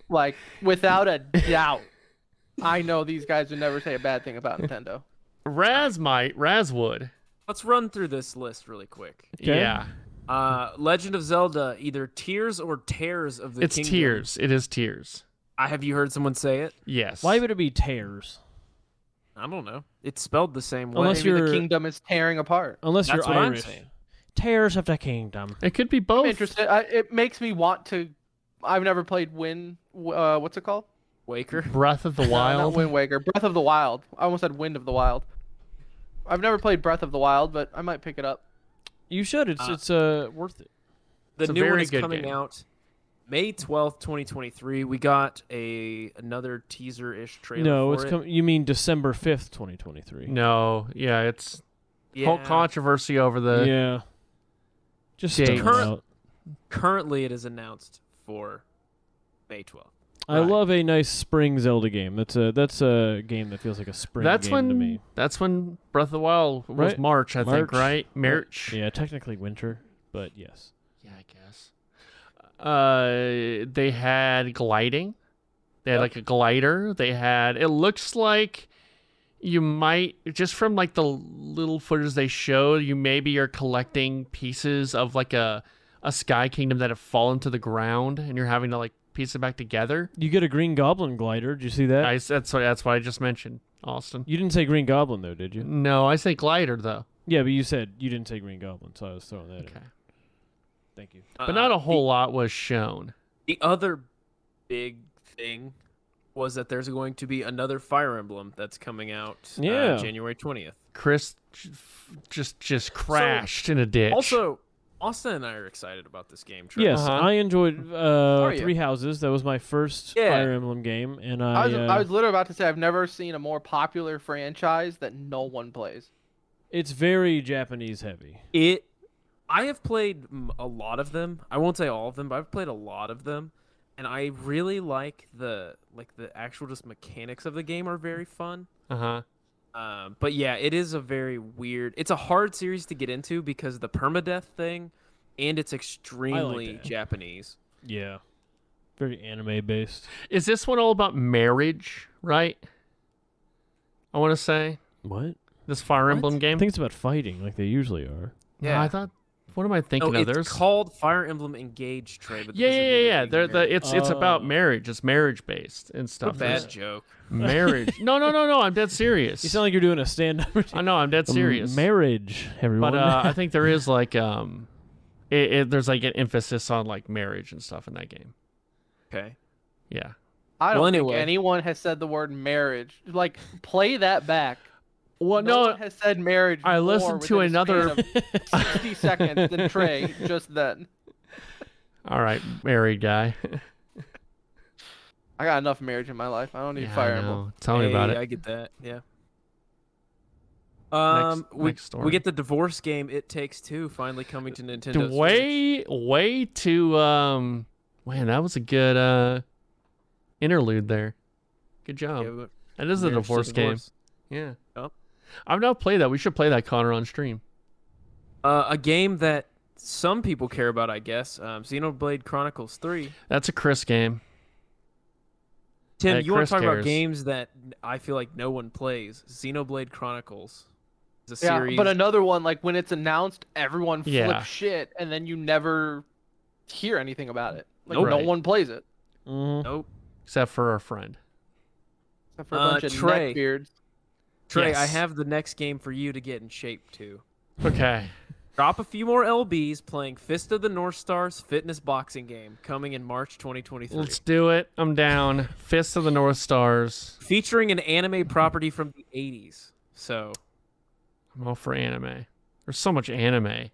like, without a doubt. I know these guys would never say a bad thing about Nintendo.
Raz might Razwood.
let's run through this list really quick.
Okay.
Yeah,
Uh, Legend of Zelda, either Tears or Tears of the
it's
Kingdom.
tears. It is tears.
I have you heard someone say it?
Yes.
Why would it be tears?
I don't know. It's spelled the same way.
Unless
Maybe
you're-
the kingdom is tearing apart.
Unless
That's
you're
what I'm
Irish.
saying.
Tears of the Kingdom.
it could be
I'm
Oh,
both?
interested. I, it makes me want to. I've never played Win. Uh, what's it called?
Waker.
Breath of the
No, not
Wild.
Wind Waker. Breath of the Wild. I almost said Wind of the Wild. I've never played Breath of the Wild, but I might pick it up.
You should. It's
Uh,
it's uh worth it.
The
It's a
new one
very
is
good
coming
game.
out May twelfth, twenty twenty three. We got a another teaser ish trailer.
No,
for
it's
it.
com- you mean December 5th, 2023.
No, yeah, it's whole
Yeah.
controversy over the
yeah. Just
Date.
stay
Current-
out.
Currently, it is announced for May twelfth.
I
Right.
love a nice spring Zelda game. That's a that's a game that feels like a spring
That's
game
when
to me.
that's when Breath of the Wild was
Right.
March, I
March.
think, right? March.
Yeah, technically winter, but yes.
Yeah, I guess. Uh, they had gliding. They had like a glider. They had. It looks like you might just from like the little footage they showed, you maybe are collecting pieces of like a a sky kingdom that have fallen to the ground, and you're having to like piece it back together.
You get a green goblin glider. Did you see that?
I s that's what that's what I just mentioned, Austin.
you didn't say green goblin though, did you?
No, I say glider though.
Yeah, but you said you didn't say green goblin, so I was throwing that in.
Okay. Uh,
Thank you.
But not a whole lot was shown.
Uh, The other big thing was that there's going to be another Fire Emblem that's coming out uh,
Yeah.
January 20th.
Chris j- f- just just crashed in a ditch.
Also, Austin and I are excited about this game. Trey.
Yes,
Uh-huh.
I enjoyed uh,
ya?
Three Houses. That was my first
Yeah.
Fire Emblem game, and I,
I was,
uh,
I was literally about to say I've never seen a more popular franchise that no one plays.
it's very Japanese heavy.
It. I have played mm, a lot of them. I won't say all of them, but I've played a lot of them, and I really like the like the actual just mechanics of the game are very fun.
uh huh.
Um, but yeah, it is a very weird. It's a hard series to get into because of the permadeath thing, and it's extremely
that.
Japanese.
Yeah, very anime based.
Is this one all about marriage, right? I want to say
What?
this Fire Emblem
I
game.
think it's about fighting, like they usually are.
No, I thought. What am I
No,
thinking of?
Oh, it's
There's
called Fire Emblem Engage Trey. But
yeah,
doesn't
yeah, yeah,
mean
yeah.
it's
They're
married.
the it's it's about
Oh.
marriage. It's marriage based and stuff.
bad
There's
joke.
marriage. No, no, no, no. I'm dead serious.
You sound like you're doing a stand-up. Um,
I know. I'm dead serious.
Marriage, everyone.
but uh, I think there is like um, it, it, there's like an emphasis on like marriage and stuff in that game.
Okay.
Yeah.
I don't
Well,
think
anyway.
anyone has said the word marriage. Like, play that back.
Well,
no,
no,
one has said marriage.
I
more
listened to
within a span
another-
of sixty seconds than Trey just then.
All right, married guy.
I got enough marriage in my life. I don't need
Yeah, I
Fire
know.
Emblem.
Tell me about
Hey,
it.
I get that. Yeah. Um, we
next story.
we get the divorce game. It takes two finally coming to Nintendo.
The
Switch.
way way to um man that was a good uh interlude there good
Yeah,
job
we went
that is a
marriage to
divorce, game yeah
Yep.
i've not played that we should play that connor on stream
Uh, a game that some people care about, I guess. Um, Xenoblade Chronicles Three.
that's a chris game
Tim,
Hey,
you want
Chris
to talk about
cares.
games that n- I feel like no one plays? Xenoblade Chronicles is a
Yeah,
series.
but another one like when it's announced, everyone flips
Yeah.
shit, and then you never hear anything about it. Like
Nope.
no
Right.
one plays it
Mhm.
nope.
except for our friend
except for a
Uh,
bunch of
Trey.
neckbeards.
Trey, I
Yes.
have the next game for you to get in shape to.
okay
Drop a few more LBs playing Fist of the North Stars fitness boxing game coming in March 2023.
let's do it i'm down fist of the north stars
Featuring an anime property from the 80s. So,
i'm all for anime there's so much anime and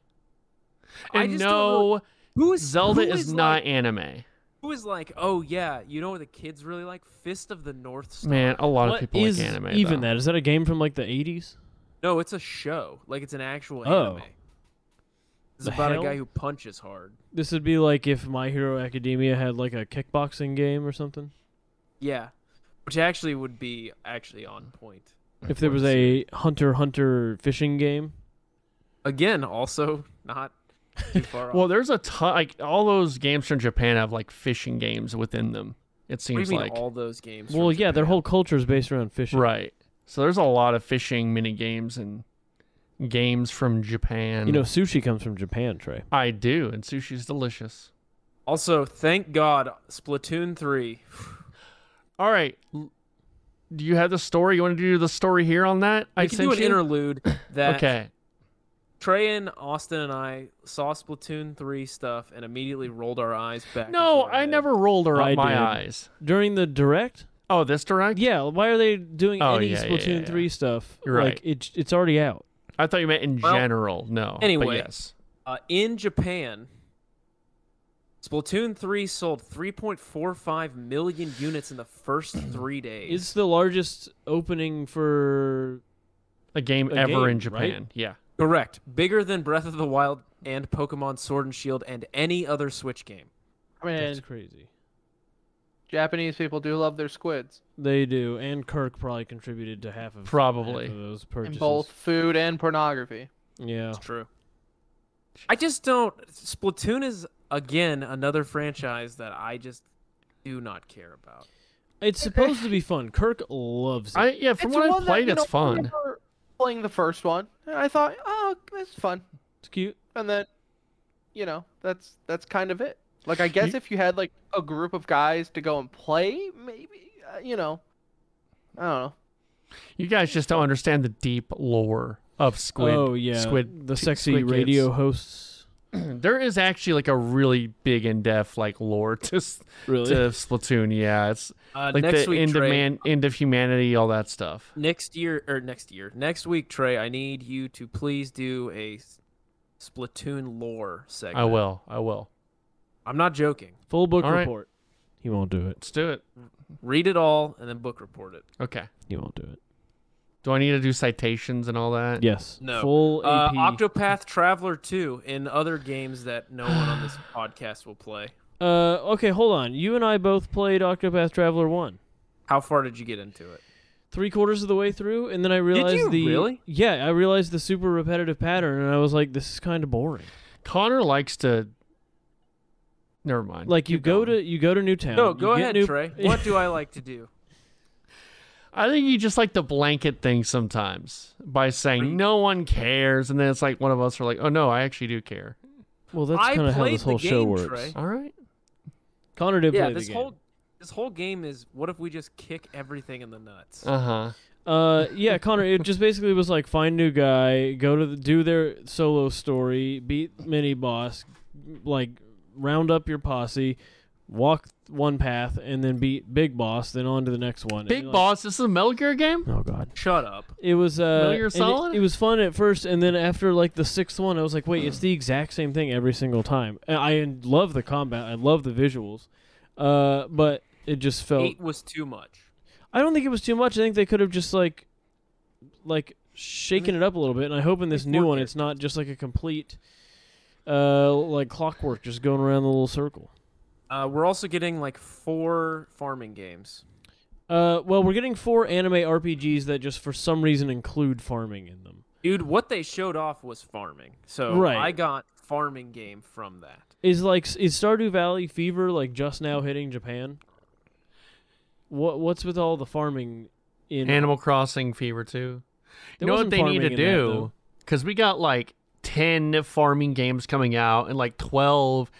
I just don't
no
know- who is
zelda
who
is,
is
not
like-
anime
who is like, oh yeah, you know what the kids really like? Fist of the North Star.
man a lot of
What
people
is
like anime
even
though.
that? Is that a game from like the 80s?
No, it's a show. Like it's an actual
Oh.
anime. It's
The
about
hell?
a guy who punches hard.
This would be like if My Hero Academia had like a kickboxing game or something.
Yeah. Which actually would be actually on point.
If there was a Hunter Hunter fishing game.
Again, also not too far off.
Well, there's a ton. Like all those games from Japan have like fishing games within them. It
what do you
seems
mean
like
all those games?
well,
from
yeah, their
Japan?
whole culture is based around fishing.
right. So there's a lot of fishing mini games and games from Japan.
You know, sushi comes from Japan, Trey.
I do, and sushi's delicious.
Also, thank God, Splatoon three.
All right, l- do you have the story? You want to do the story here on that?
I
I
can
sent
do an
you?
interlude that
Okay.
Trey and Austin and I saw Splatoon three stuff and immediately rolled our eyes back.
No,
into our
I
heads.
never rolled her
I
up my
did.
eyes.
During the direct?
Oh, this direct?
Yeah, why are they doing
Oh,
any
yeah, yeah,
Splatoon
yeah, yeah.
3 stuff?
You're right.
Like it, it's already out.
I thought you meant in
Well,
general. No. but
anyway.
yes.
Uh, in Japan, Splatoon 3 sold 3.45 million units in the first three days.
It's the largest opening for
A game
A
ever
game,
in
right?
Japan. Yeah.
Correct. Bigger than Breath of the Wild and Pokemon Sword and Shield and any other Switch game.
I mean,
That's crazy.
Japanese people do love their squids
They do, and Kirk probably contributed to half of
Probably.
half of those
in
purchases.
both food and pornography.
Yeah,
true. I just don't. Splatoon is, again, another franchise that I just do not care about.
it's supposed to be fun. Kirk loves it.
I yeah, from
It's
what
one
I've
that,
played,
you
it's
know, I
fun.
remember Playing the first one, and I thought, oh, it's fun.
It's cute.
and then you know that's that's kind of it like i guess if you had like a group of guys to go and play maybe uh, you know i don't know
You guys just don't understand the deep lore of Squid.
oh yeah,
Squid.
the
t-
sexy
Squid Kids.
radio hosts.
There is actually like a really big in depth like lore to s-
Really?
to Splatoon. Yeah, it's
Uh,
like
next
the
week,
end
Trey,
of man, end of humanity, all that stuff.
next year or next year, next week, Trey, I need you to please do a s- Splatoon lore segment.
I will. I will.
I'm not joking.
Full book
All right.
report. He won't do it.
Let's do it.
Read it all and then book report it.
Okay.
He won't do it.
Do I need to do citations and all that?
Yes.
No.
Full
Uh,
AP.
Octopath Traveler 2 and other games that no one on this podcast will play.
Uh, okay, hold on. You and I both played Octopath Traveler one.
How far did you get into it?
Three quarters of the way through, and then I realized
you
the
really?
yeah, I realized the super repetitive pattern, and I was like, "This is kind of boring."
Connor likes to. Never mind.
Like you
Keep
go
going.
to you go to Newtown.
No,
you
go
get
ahead,
new-
Trey. What do I like to do?
I think you just like the blanket thing sometimes by saying no one cares, and then it's like one of us are like, oh no, I actually do care.
Well, that's
I
kind of how
played
this
the
whole show
game,
works.
Trey.
All right.
Connor did
Yeah,
play
this
the
whole this whole game is what if we just kick everything in the nuts?
Uh huh.
game. Uh, yeah, Connor. It just basically was like find new guy, go to the, do their solo story, beat mini boss, like round up your posse, walk one path, and then beat big boss, then on to the next one. And
Big
you're like-
Boss. This is a Metal Gear game.
Oh God.
Shut up.
It was uh,
Metal Gear
and it-
Solid?
It, was fun at first, and then after like the sixth one, I was like, wait, it's the exact same thing every single time. And I love the combat, I love the visuals, uh, but it just felt.
8 was too much.
I don't think it was too much. I think they could have just like, like shaken it up a little bit. And I hope in this
It's
new
more
one, it's not just like a complete, uh, like clockwork, just going around the little circle.
Uh, we're also getting like four farming games.
Uh, well, we're getting four anime RPGs that just for some reason include farming in them.
Dude, what they showed off was farming. So
Right.
I got farming game from that.
Is like is Stardew Valley fever like just now hitting Japan? What what's with all the farming in
Animal Crossing Fever Two. You
There
know what
wasn't
they need to
farming in that,
do?
though.
Because we got like ten farming games coming out and like twelve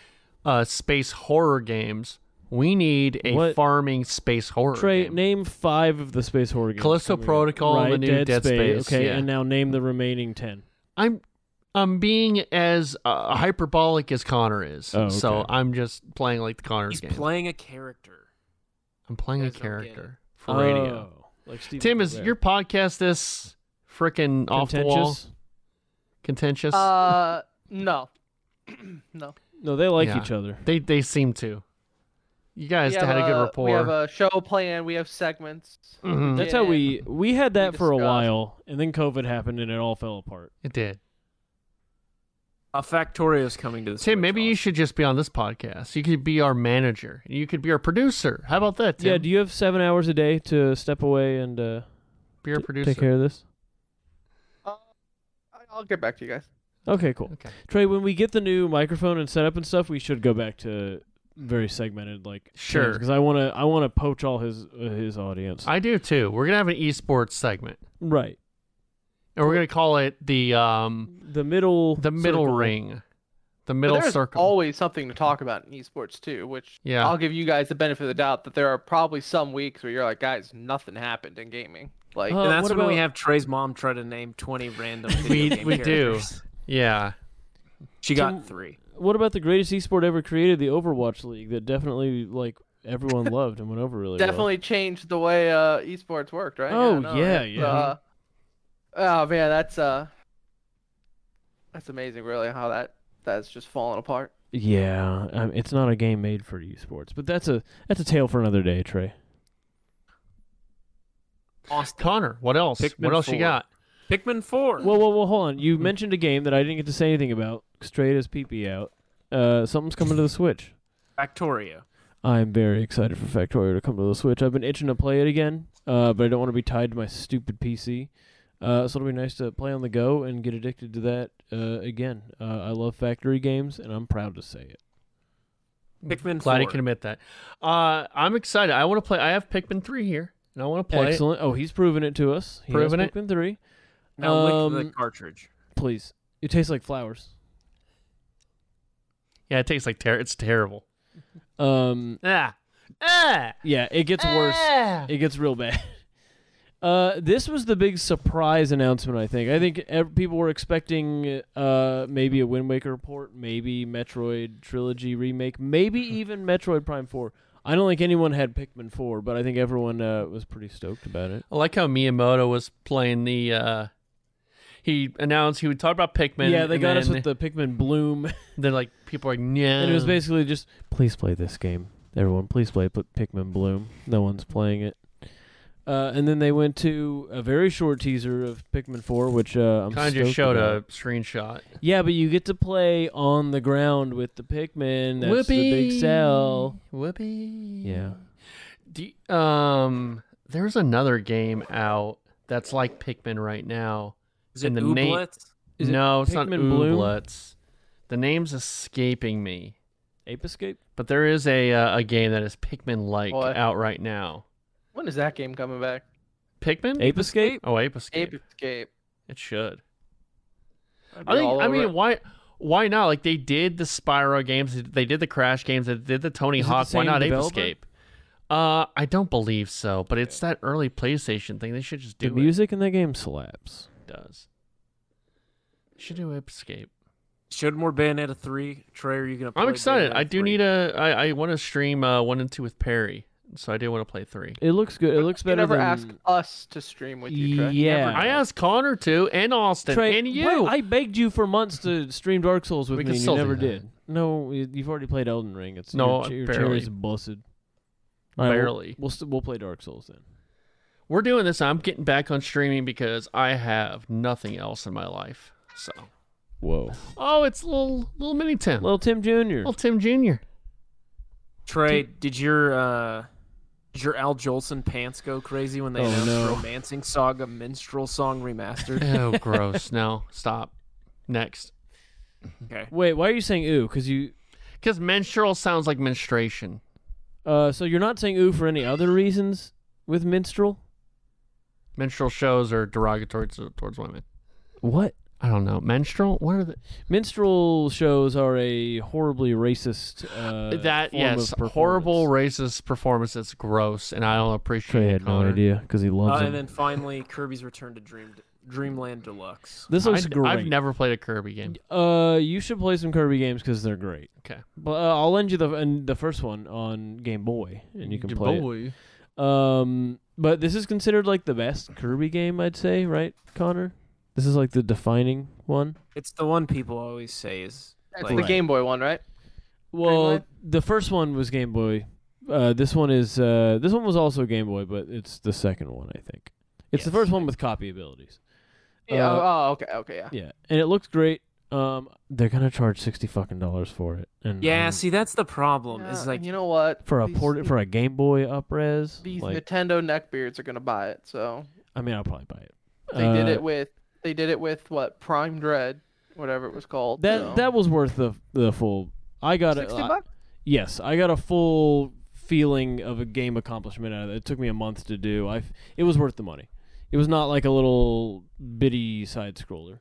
uh, space horror games. We need a
What-
farming space horror
Trey,
game.
name five of the space horror games.
Callisto
coming out.
Protocol
right,
and the new Dead Space,
Okay,
yeah.
and now name the remaining ten.
I'm I'm being as uh, hyperbolic as Connor is.
Oh,
So
okay.
I'm just playing like the Connor's
He's
game.
playing a character.
I'm playing a
Guys don't get
character for radio.
Oh, like Steven
Tim, is
Colbert.
your podcast this freaking off the wall
Contentious?
contentious?
uh no no
No, they like
Yeah.
each other.
they they seem to. You guys
We
had
have
a good
we
rapport.
have a show plan we have segments
Mhm.
That's how
Mm. Yeah.
we we had that for a
discussed.
while, and then COVID happened, and it all fell apart.
It did.
A Factorio's coming to the
Tim,
Switch
maybe you
also.
should just be on this podcast. You could be our manager. You could be our producer. How about that, Tim?
Yeah. Do you have seven hours a day to step away and uh,
be our
t-
producer.
take care of this?
uh, I- i'll get back to you guys
Okay, cool.
Okay.
Trey, when we get the new microphone and setup and stuff, we should go back to very segmented, like
Sure.
because I want to I want to poach all his uh, his audience.
I do too. We're gonna have an esports segment,
right,
and we're gonna call it the um
the middle,
the middle
circle.
ring, the
But
middle
there's
circle.
always something to talk about in esports too which
Yeah.
i'll give you guys the benefit of the doubt that there are probably some weeks where you're like guys nothing happened in gaming like
Uh,
And that's
what
when we
about-
have Trey's mom try to name 20 random
we
video game
we do.
characters.
Yeah.
She got 3.
What about the greatest esport ever created, the Overwatch League, that definitely like everyone loved and went over really well?
definitely changed the way uh esports worked, right?
Oh,
no,
yeah,
it's,
yeah.
uh, oh man, that's uh that's amazing really how that that's just falling apart.
Yeah, um, it's not a game made for esports, but that's a that's a tale for another day, Trey.
Connor, what else?
Pikmin
what else you
four.
got?
Pikmin Four.
Well, well, well, hold on. You mentioned a game that I didn't get to say anything about. Straight as pee pee out. Uh, something's coming to the Switch.
Factorio.
I'm very excited for Factorio to come to the Switch. I've been itching to play it again, uh, but I don't want to be tied to my stupid PC. Uh, so it'll be nice to play on the go and get addicted to that uh, again. Uh, I love factory games, and I'm proud to say it.
Pikmin
Glad he
Four.
can admit that. Uh, I'm excited. I want to play. I have Pikmin three here, and I want to play. it.
Excellent. Oh, he's proven it to us. He
Proven
has
it.
Pikmin three.
Now lick the
Um,
cartridge.
Please, it tastes like flowers.
Yeah, it tastes like ter- it's terrible.
Um,
Ah, ah,
yeah, it gets worse.
ah.
It gets real bad. Uh, this was the big surprise announcement. I think. I think ev- people were expecting uh, maybe a Wind Waker report, maybe Metroid trilogy remake, maybe even Metroid Prime Four. I don't think anyone had Pikmin Four, but I think everyone uh, was pretty stoked about it.
I like how Miyamoto was playing the. Uh, he announced he would talk about Pikmin.
yeah, they
and
got us
then-
with the Pikmin Bloom,
Then like people are like, yeah.
and it was basically just please play this game, everyone. Please play P- Pikmin Bloom. No one's playing it. Uh, and then they went to a very short teaser of Pikmin Four, which uh, I'm
kind of
stoked
just showed
about.
a screenshot.
Yeah, but you get to play on the ground with the Pikmin. That's the big sell.
Whoopee.
Yeah.
Do you- um, there's another game out that's like Pikmin right now.
Is it
and the
Ooblets?
name-
Is it
no, it's not
Pikmin Bloom?
Ooblets. The name's escaping me.
Ape Escape?
But there is a uh, a game that is Pikmin like
What?
out right now.
When is that game coming back?
Pikmin?
Ape Escape?
Oh, Ape Escape.
Ape Escape.
It should.
I'd be
I think.
all
I
over
mean,
it.
why? Why not? Like they did the Spyro games, they did the Crash games, they did the Tony
Is it the
Hawk. why
same
not
developer?
Ape Escape? Uh, I don't believe so, but it's that early PlayStation thing. They should just do
The music in that game slaps.
it. it. Does should do Ape Escape.
Showed more Bayonetta three. Trey, are you gonna? Play
I'm excited.
Bayonetta
I do
3?
need a. I I want to stream uh, one and two with Perry, so I do want to play three.
It looks good. It looks
You
better
never
than
ask us to stream with you, Trey.
Yeah.
I asked Connor to, and Austin,
Trey,
and you.
wait, I begged you for months to stream Dark Souls with me,
We can
and you
still do
never
that.
did. No, you- you've already played Elden Ring. It's
No,
your, your
barely.
cherry's busted. All right, we'll-
Barely.
We'll, st- we'll play Dark Souls then.
We're doing this. I'm getting back on streaming because I have nothing else in my life. So.
Whoa,
Oh, it's little little mini Tim, little,
little Tim Junior.
Tim Junior.
Trey, did your uh, did your Al Jolson pants go crazy when they
Oh,
announced
no.
"Romancing Saga" minstrel song remastered?
Oh, gross. No, stop. Next,
okay,
Wait, why are you saying ooh? Because you
because menstrual sounds like menstruation.
Uh, so you're not saying ooh for any other reasons with minstrel?
Menstrual shows are derogatory to, towards women.
What?
I don't know. Menstrual? What are the
Minstrel shows are a horribly racist. Uh,
that?
form
Yes,
of
horrible
performance.
racist performance. That's gross, and I don't appreciate.
Trey
it,
had no
Connor.
idea because he
uh,
loves it.
and then finally Kirby's Return to Dream Dreamland Deluxe.
This looks
I'd-
great.
I've never played a Kirby game.
Uh, you should play some Kirby games because they're great.
Okay,
But uh, I'll lend you the and the first one on Game Boy, and you can play it.
Boy.
Um, but this is considered like the best Kirby game, I'd say, right, Connor? This is like the defining one.
It's the one people always say is
That's
like
the Game Boy one, right?
Well,
Dreamland?
the first one was Game Boy. Uh, this one is uh, this one was also Game Boy, but it's the second one, I think. It's the
Yes.
first one with copy abilities.
Yeah.
Uh,
oh, oh, okay, okay, yeah.
Yeah, and it looks great. Um, they're gonna charge sixty fucking dollars for it, and
Yeah,
um,
see, that's the problem.
Yeah,
Is
and
like
you know what?
for a
These-
port for a Game Boy upres.
these
like,
Nintendo neckbeards are gonna buy it. So
I mean, I'll probably buy it.
they did
Uh,
it with they did it with what Prime Dread, whatever it was called.
That
so.
that was worth the the full. I got it. uh,
sixty bucks.
Yes, I got a full feeling of a game accomplishment out of it. It took me a month to do. I it was worth the money. It was not like a little bitty side scroller.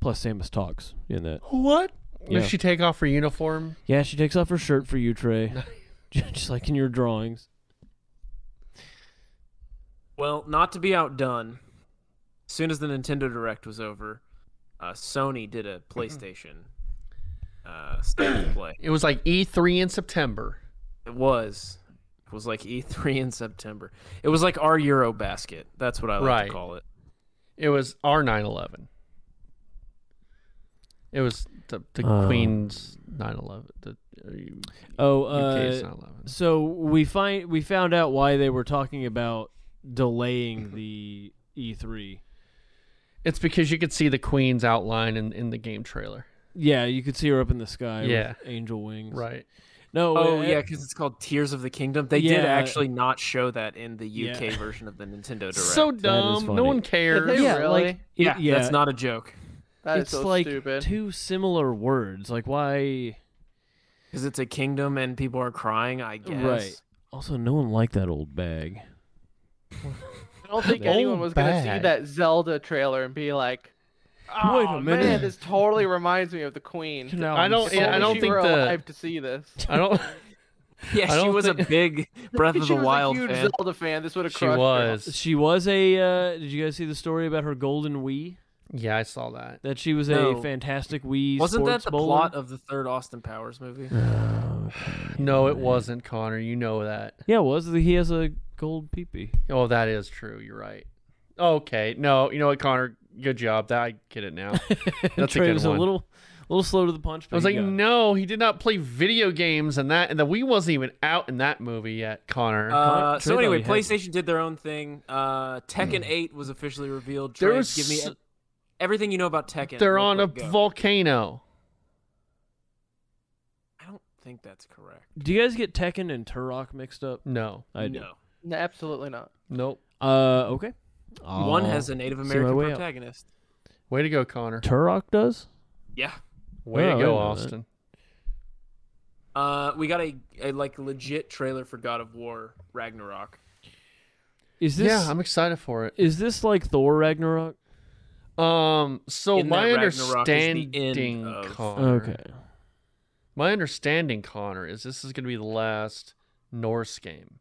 Plus, Samus talks in that.
What?
Yeah.
Does she take off her uniform?
Yeah, she takes off her shirt for you, Trey, just like in your drawings.
Well, not to be outdone, as soon as the Nintendo Direct was over, uh, Sony did a
Mm-hmm.
PlayStation uh, state of play.
It was like E3 in September.
It was. It was like E3 in September. It was like our Euro basket. That's what I like
Right.
to call it.
It was our 911. It was the, the
Um,
Queen's 9/11. The uh, U-
Oh,
UK's
uh,
9/11.
so we find we found out why they were talking about delaying the E E3.
It's because you could see the Queen's outline in, in the game trailer.
Yeah, you could see her up in the sky.
Yeah.
with angel wings.
Right.
No.
Oh
uh,
yeah, because it's called Tears of the Kingdom. They did
Yeah.
actually not show that in the
Yeah.
UK version of the Nintendo Direct.
So dumb.
funny.
No one
Did
cares.
they
Yeah,
really?
like it-
yeah,
yeah,
that's not a joke
That is
it's
so
like
stupid.
two similar words. Like why?
because it's a kingdom and people are crying. I guess.
Right. Also, no one liked that old bag.
I don't think
Old
anyone was gonna see
bag.
that Zelda trailer and be like, "Oh
Wait a minute."
man, this totally reminds me of the Queen." If
I don't.
only
Yeah, I don't
she
think
were
the.
alive to see this.
I don't. I
Yeah, she
don't
was a
think-
big Breath of
she
the
was
Wild
a huge
fan.
Zelda fan. This would have
She
crushed her.
was.
She was a. Uh, did you guys see the story about her golden Wii?
Yeah, I saw that.
That she was
No.
a fantastic Wii.
Wasn't that
sports
the
bowler?
plot of the third Austin Powers movie?
No, it wasn't, Connor. You know that.
Yeah, it was he has a gold peepee?
Oh, that is true. You're right. Okay. No, you know what, Connor? Good job. That I get it now. That's a
Trey
good
was
one.
a little, little slow to the punch. But
I was
he
like,
got it.
no, he did not play video games, and that and the Wii wasn't even out in that movie yet, Connor.
Uh,
Trey
so
thought
anyway,
he had Mm. it.
PlayStation did their own thing. Uh, Tekken 8 was officially revealed.
There
Trey,
was
give me
s-
e- everything you know about Tekken.
They're
real
on a
quick, go.
volcano.
I don't think that's correct.
Do you guys get Tekken and Turok mixed up?
No.
I
no.
No, absolutely not.
Nope.
do. Uh, okay. Uh,
One
Aw.
has a Native
Oh. my
American
way up.
protagonist.
Way to go, Connor.
Turok does.
Yeah.
Way
Oh, I
to go,
know that.
Austin.
Uh, we got a, a like legit trailer for God of War Ragnarok.
Is this?
yeah, I'm excited for it.
Is this like Thor Ragnarok?
Um, so
In that
my
Ragnarok is the end
understanding,
of-
Connor.
Okay.
My understanding, Connor, is this is going to be the last Norse game,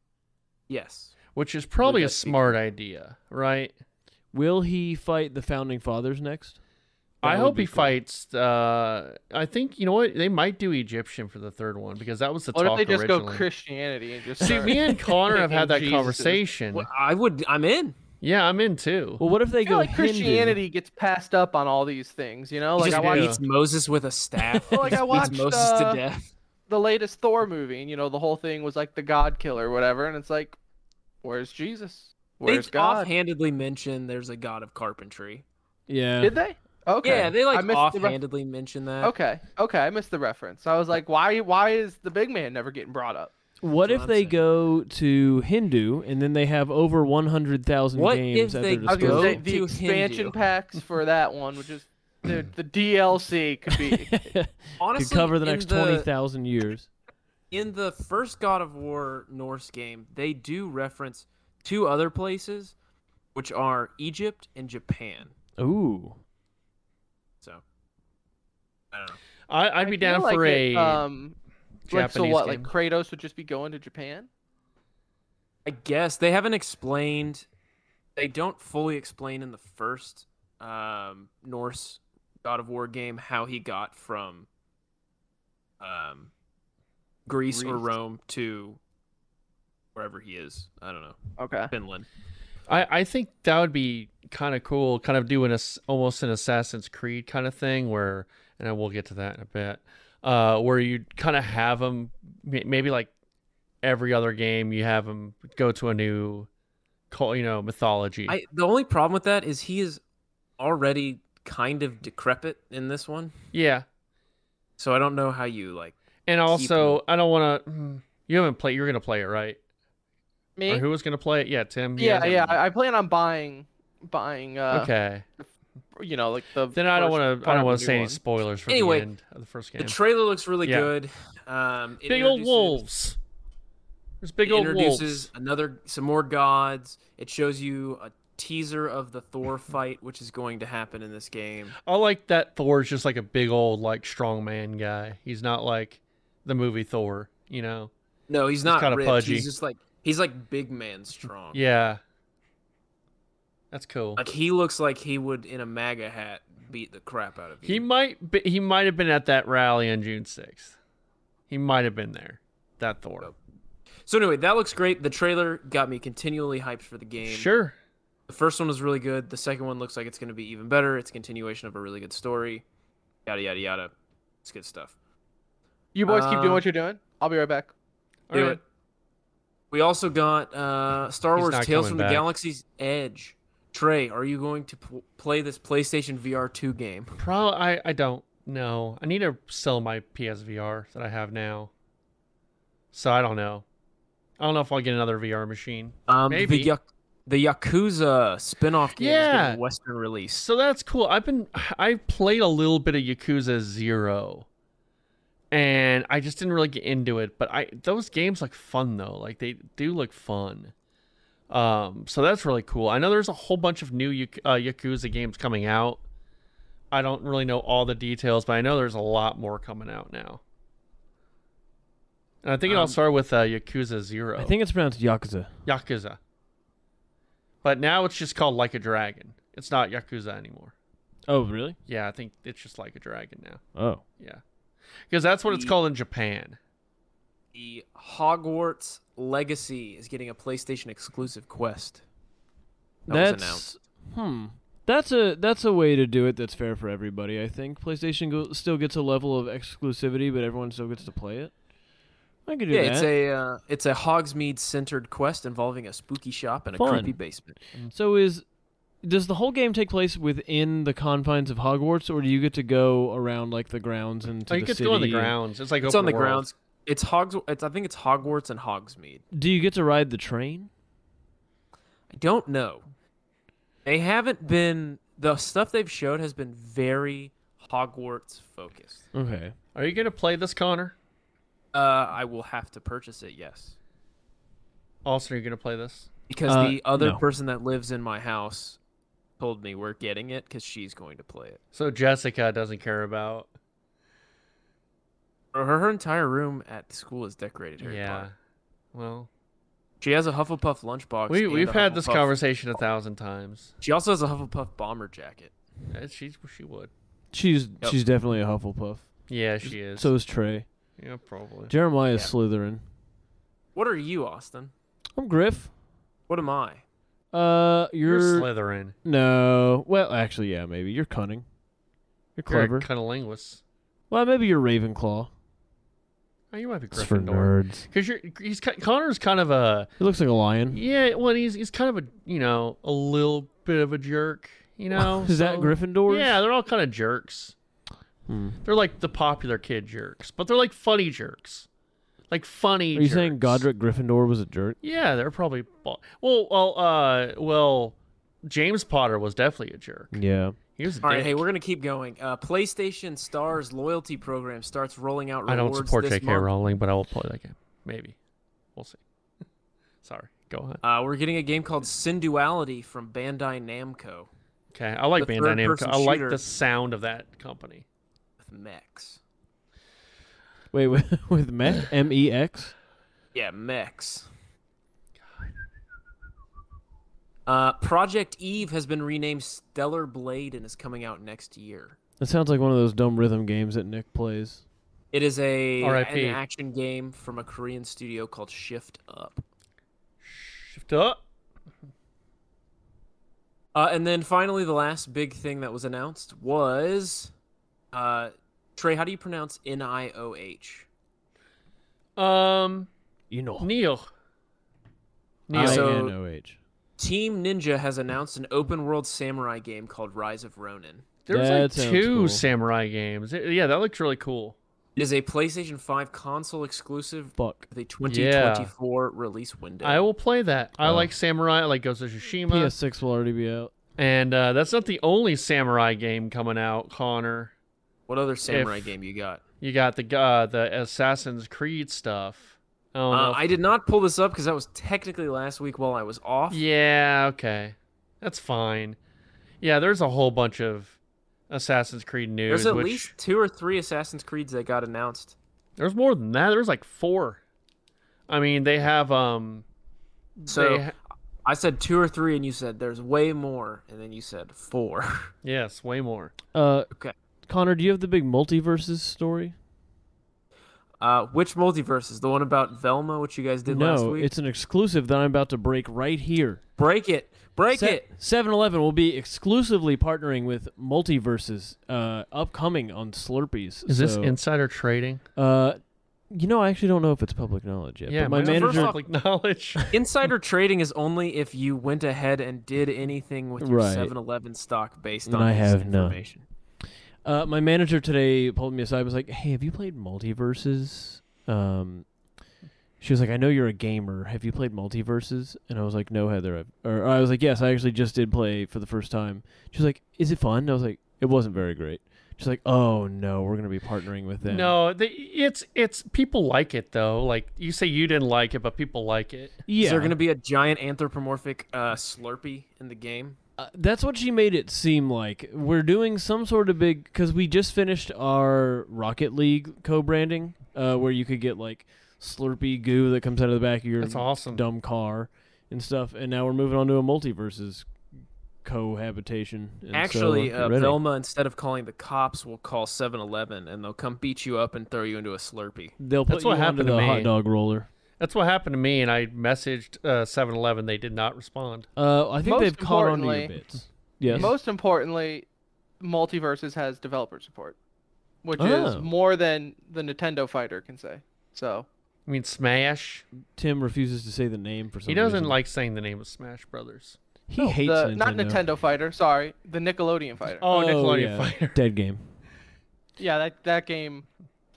Yes.
which is probably a
that be-
smart idea, right?
Will he fight the founding fathers next?
I
would
hope
be
he
cool.
fights. Uh, I think you know what they might do Egyptian for the third one because that was the
What if
talk
they just
originally.
go Christianity and just
See,
start-
me and Connor have had that
Jesus is-
conversation.
Well, I would. I'm in.
Yeah, I'm in too.
Well, what if they
I feel
go
like
Hindu?
Christianity gets passed up on all these things, you know?
He
Like I
just
watched
beats Moses with a staff.
Well, like,
He
I
beats
watched,
Moses
uh,
to death.
the latest Thor movie, and you know the whole thing was like the God Killer, or whatever, and it's like, where's Jesus? Where's
they
God?
offhandedly mention there's a god of carpentry.
Yeah.
Did they? Okay.
Yeah, they
I
like
missed the ref-
offhandedly mention that.
Okay, okay, I missed the reference. I was like, why? Why is the big man never getting brought up?
What
That's
if
what
they
I'm saying.
go to Hindu and then they have over 100,000
What
games
if
at
they
their
I was gonna
disposal?
Go
say the
to
expansion
Hindu.
packs for that one, which is the, the DLC could be.
Honestly,
Could cover the
in
next 20,000 years.
In the first God of War Norse game, they do reference two other places, which are Egypt and Japan.
Ooh.
So, I don't know.
I, I'd be
I
down
feel
for
like
a
it, um, like so
Japanese
what? Like
game.
Kratos would just be going to Japan.
I guess they haven't explained. They don't fully explain in the first um, Norse God of War game how he got from um, Greece, or
Greece?
Rome to wherever he is. I don't know
Okay.
Finland.
I, I think that would be kind of cool, kind of doing a s almost an Assassin's Creed kind of thing where, and we'll get to that in a bit, uh, where you kind of have them maybe like every other game you have them go to a new, cul- you know, mythology.
I the only problem with that is he is already kind of decrepit in this one,
yeah,
so I don't know how you like.
and also I don't want to. You haven't played. You're gonna play it, right?
Me?
Or who was gonna play it? Yeah, Tim. he
yeah,
hasn't-
yeah. I, I plan on buying, buying. Uh,
Okay.
You know, like the.
Then I don't
first
want to. I
part
don't
of
want
the
to say
new
any
one.
spoilers for
Anyway,
the end of the first game.
The trailer looks really
Yeah.
good. Um, it
big old
introduces-
wolves. There's big
It
old
introduces
wolves.
another some more gods. It shows you a teaser of the Thor fight, which is going to happen in this game.
I like that Thor's just like a big old like strongman guy. He's not like the movie Thor, you know.
No, he's not
kinda
rich.
pudgy.
He's just like he's like big man strong.
Yeah. That's cool.
like he looks like he would in a MAGA hat beat the crap out of you.
He might be, he might have been at that rally on June 6th. He might have been there. That Thor.
So anyway, that looks great. The trailer got me continually hyped for the game.
Sure.
The first one was really good. The second one looks like it's going to be even better. It's a continuation of a really good story. yada yada yada. It's good stuff.
You boys keep doing
Uh,
what you're doing. I'll be right back.
Do
Alright.
it. We also got uh, Star
He's
Wars
not
Tales
coming
from
back.
the Galaxy's Edge. Trey, are you going to pl- play this PlayStation VR 2 game?
Pro I, I don't know. I need to sell my PSVR that I have now. So I don't know. I don't know if I'll get another VR machine.
Um,
Maybe.
The, Yak- the Yakuza spin off game is
Yeah.
getting Western release.
So that's cool. I've been I played a little bit of Yakuza 0. And I just didn't really get into it, but I those games look fun though. Like they do look fun. Um so that's really cool. I know there's a whole bunch of new Yak- uh, Yakuza games coming out. I don't really know all the details, but I know there's a lot more coming out now. And I think it all
Um,
started with uh, Yakuza 0.
I think it's pronounced Yakuza.
Yakuza. But now it's just called Like a Dragon. It's not Yakuza anymore.
Oh, really?
Yeah, I think it's just like a dragon now.
Oh.
Yeah. Because that's what it's
Ye-
called in Japan.
The Hogwarts Legacy is getting a PlayStation exclusive quest. That was announced.
that's hmm. That's a that's a way to do it that's fair for everybody, I think. PlayStation go, still gets a level of exclusivity, but everyone still gets to play it. I could do
Yeah,
that.
it's a uh, it's a Hogsmeade centered quest involving a spooky shop and a
Fun.
creepy basement.
So is does the whole game take place within the confines of Hogwarts, or do you get to go around like the grounds and to
Oh, you
the
could
city?
go on the grounds. It's like
It's
open
on the
world.
grounds. It's Hogs. It's I think it's Hogwarts and Hogsmeade.
Do you get to ride the train?
I don't know. They haven't been the stuff they've showed has been very Hogwarts focused.
Okay.
Are you gonna play this, Connor?
Uh, I will have to purchase it, yes,
Also, you're gonna play this.
because
Uh,
the other
no.
person that lives in my house told me we're getting it because she's going to play it.
So Jessica doesn't care about.
Her, her entire room at school is decorated. Harry
yeah.
Potter.
Well,
she has a Hufflepuff lunchbox.
we
and
we've
a
had this
Hufflepuff-
conversation a thousand times.
She also has a Hufflepuff bomber jacket.
Uh, She she would.
She's she's definitely a Hufflepuff.
Yeah, she is.
So is Trey.
yeah, probably.
Jeremiah is Slytherin.
What are you, Austin?
I'm Griff.
What am I?
Uh,
You're
you're,
Slytherin.
no. Well, actually, yeah, maybe you're cunning. You're clever.
You're a cunnilingus.
well, maybe you're Ravenclaw.
Oh, you might be
It's for
Gryffindor.
nerds.
Because you're he's ki- Connor's kind of a
He looks like a lion.
yeah. Well, he's he's kind of a you know a little bit of a jerk. You know.
is that
so-
Gryffindor?
Yeah, they're all kind of jerks.
Hmm.
They're like the popular kid jerks, but they're like funny jerks. Like funny.
Are you
jerks.
saying Godric Gryffindor was a jerk?
Yeah, they're probably bo- well, well, uh, well, James Potter was definitely a jerk.
Yeah.
He was a
All right,
dick.
hey, we're gonna keep going. Uh, PlayStation Stars loyalty program starts rolling out.
I don't
rewards
support
this
J.K.
month.
Rowling, but I will play that game. Maybe we'll see. Sorry, go on.
Uh, we're getting a game called Sinduality from Bandai Namco
Okay, I like
The
Bandai Namco.
third-person
I like
shooter.
the sound of that company.
with mechs.
Wait, with, with mech? M E X?
Yeah, mechs. Uh, Project Eve has been renamed Stellar Blade and is coming out next year.
That sounds like one of those dumb rhythm games that Nick plays.
It is a an
R.I.P..
action game from a Korean studio called Shift Up.
Shift up.
Uh, and then finally, the last big thing that was announced was, uh, Trey, how do you pronounce N I O H?
Um,
You know.
Neil.
Yeah, so-
I N O H.
Team Ninja has announced an open-world samurai game called Rise of Ronin.
There's
That
like
sounds
two
cool.
samurai games. It- yeah, that looks really cool.
It is a PlayStation 5 console exclusive
Fuck.
with a 2024 release window.
I will play that. I
Oh.
like samurai. I like Ghost of Tsushima.
PS6 will already be out.
And uh, that's not the only samurai game coming out, Connor.
What other samurai
If-
game you got?
You got the uh, the Assassin's Creed stuff. Oh,
Uh, I did not pull this up because that was technically last week while I was off.
yeah, okay, that's fine. Yeah, there's a whole bunch of Assassin's Creed news.
There's at
which,
least two or three Assassin's Creeds that got announced.
there's more than that. There's like four. I mean, they have um.
So
they ha-
I said two or three, and you said there's way more, and then you said four.
yes, way more.
Uh,
Okay.
Connor, do you have the big multiverses story?
Uh, which multiverse is the one about Velma, which you guys did
no,
last week?
it's an exclusive that I'm about to break right here.
break it, Break it.
7 Eleven will be exclusively partnering with Multiverses, uh, upcoming on Slurpees.
Is this
So,
insider trading?
Uh, you know, I actually don't know if it's public knowledge yet. but my
mine's
manager.
off-
public knowledge.
Insider trading is only if you went ahead and did anything with your
Right.
7-Eleven stock based
And
on
I
this
have none.
information.
Uh, my manager today pulled me aside. Was like, "Hey, have you played Multiverses?" Um, she was like, "I know you're a gamer. Have you played Multiverses?" And I was like, "No, Heather." I've, or I was like, "Yes, I actually just did play for the first time." She was like, "Is it fun?" And I was like, "It wasn't very great." She's like, "Oh no, we're gonna be partnering with them."
No, the, it's it's people like it though. Like you say, you didn't like it, but people like it.
yeah,
Is there going to be a giant anthropomorphic uh, Slurpee in the game?
uh, that's what she made it seem like. We're doing some sort of big because we just finished our Rocket League co-branding, uh, where you could get like Slurpee goo that comes out of the back of your
That's awesome.
dumb car and stuff. And now we're moving on to a multiverses cohabitation. and so
Actually,
get
uh,
ready.
Velma, instead of calling the cops, will call 7-Eleven, and they'll come beat you up and throw you into a Slurpee.
they'll put
That's what
you onto
happened to
the
me.
hot dog roller.
That's what happened to me, and I messaged uh, 7-Eleven. They did not respond.
Uh, I think
Most
they've caught on to your
importantly-
bits. Yes.
Most importantly, Multiverses has developer support, which is
Oh.
more than the Nintendo fighter can say. So
I mean, Smash.
Tim refuses to say the name for some
He doesn't
reason.
like saying the name of Smash Brothers.
He hates
the
Nintendo.
not Nintendo fighter, sorry, the Nickelodeon fighter.
Oh, Nickelodeon
yeah.
Fighter.
Dead game.
Yeah, that that game.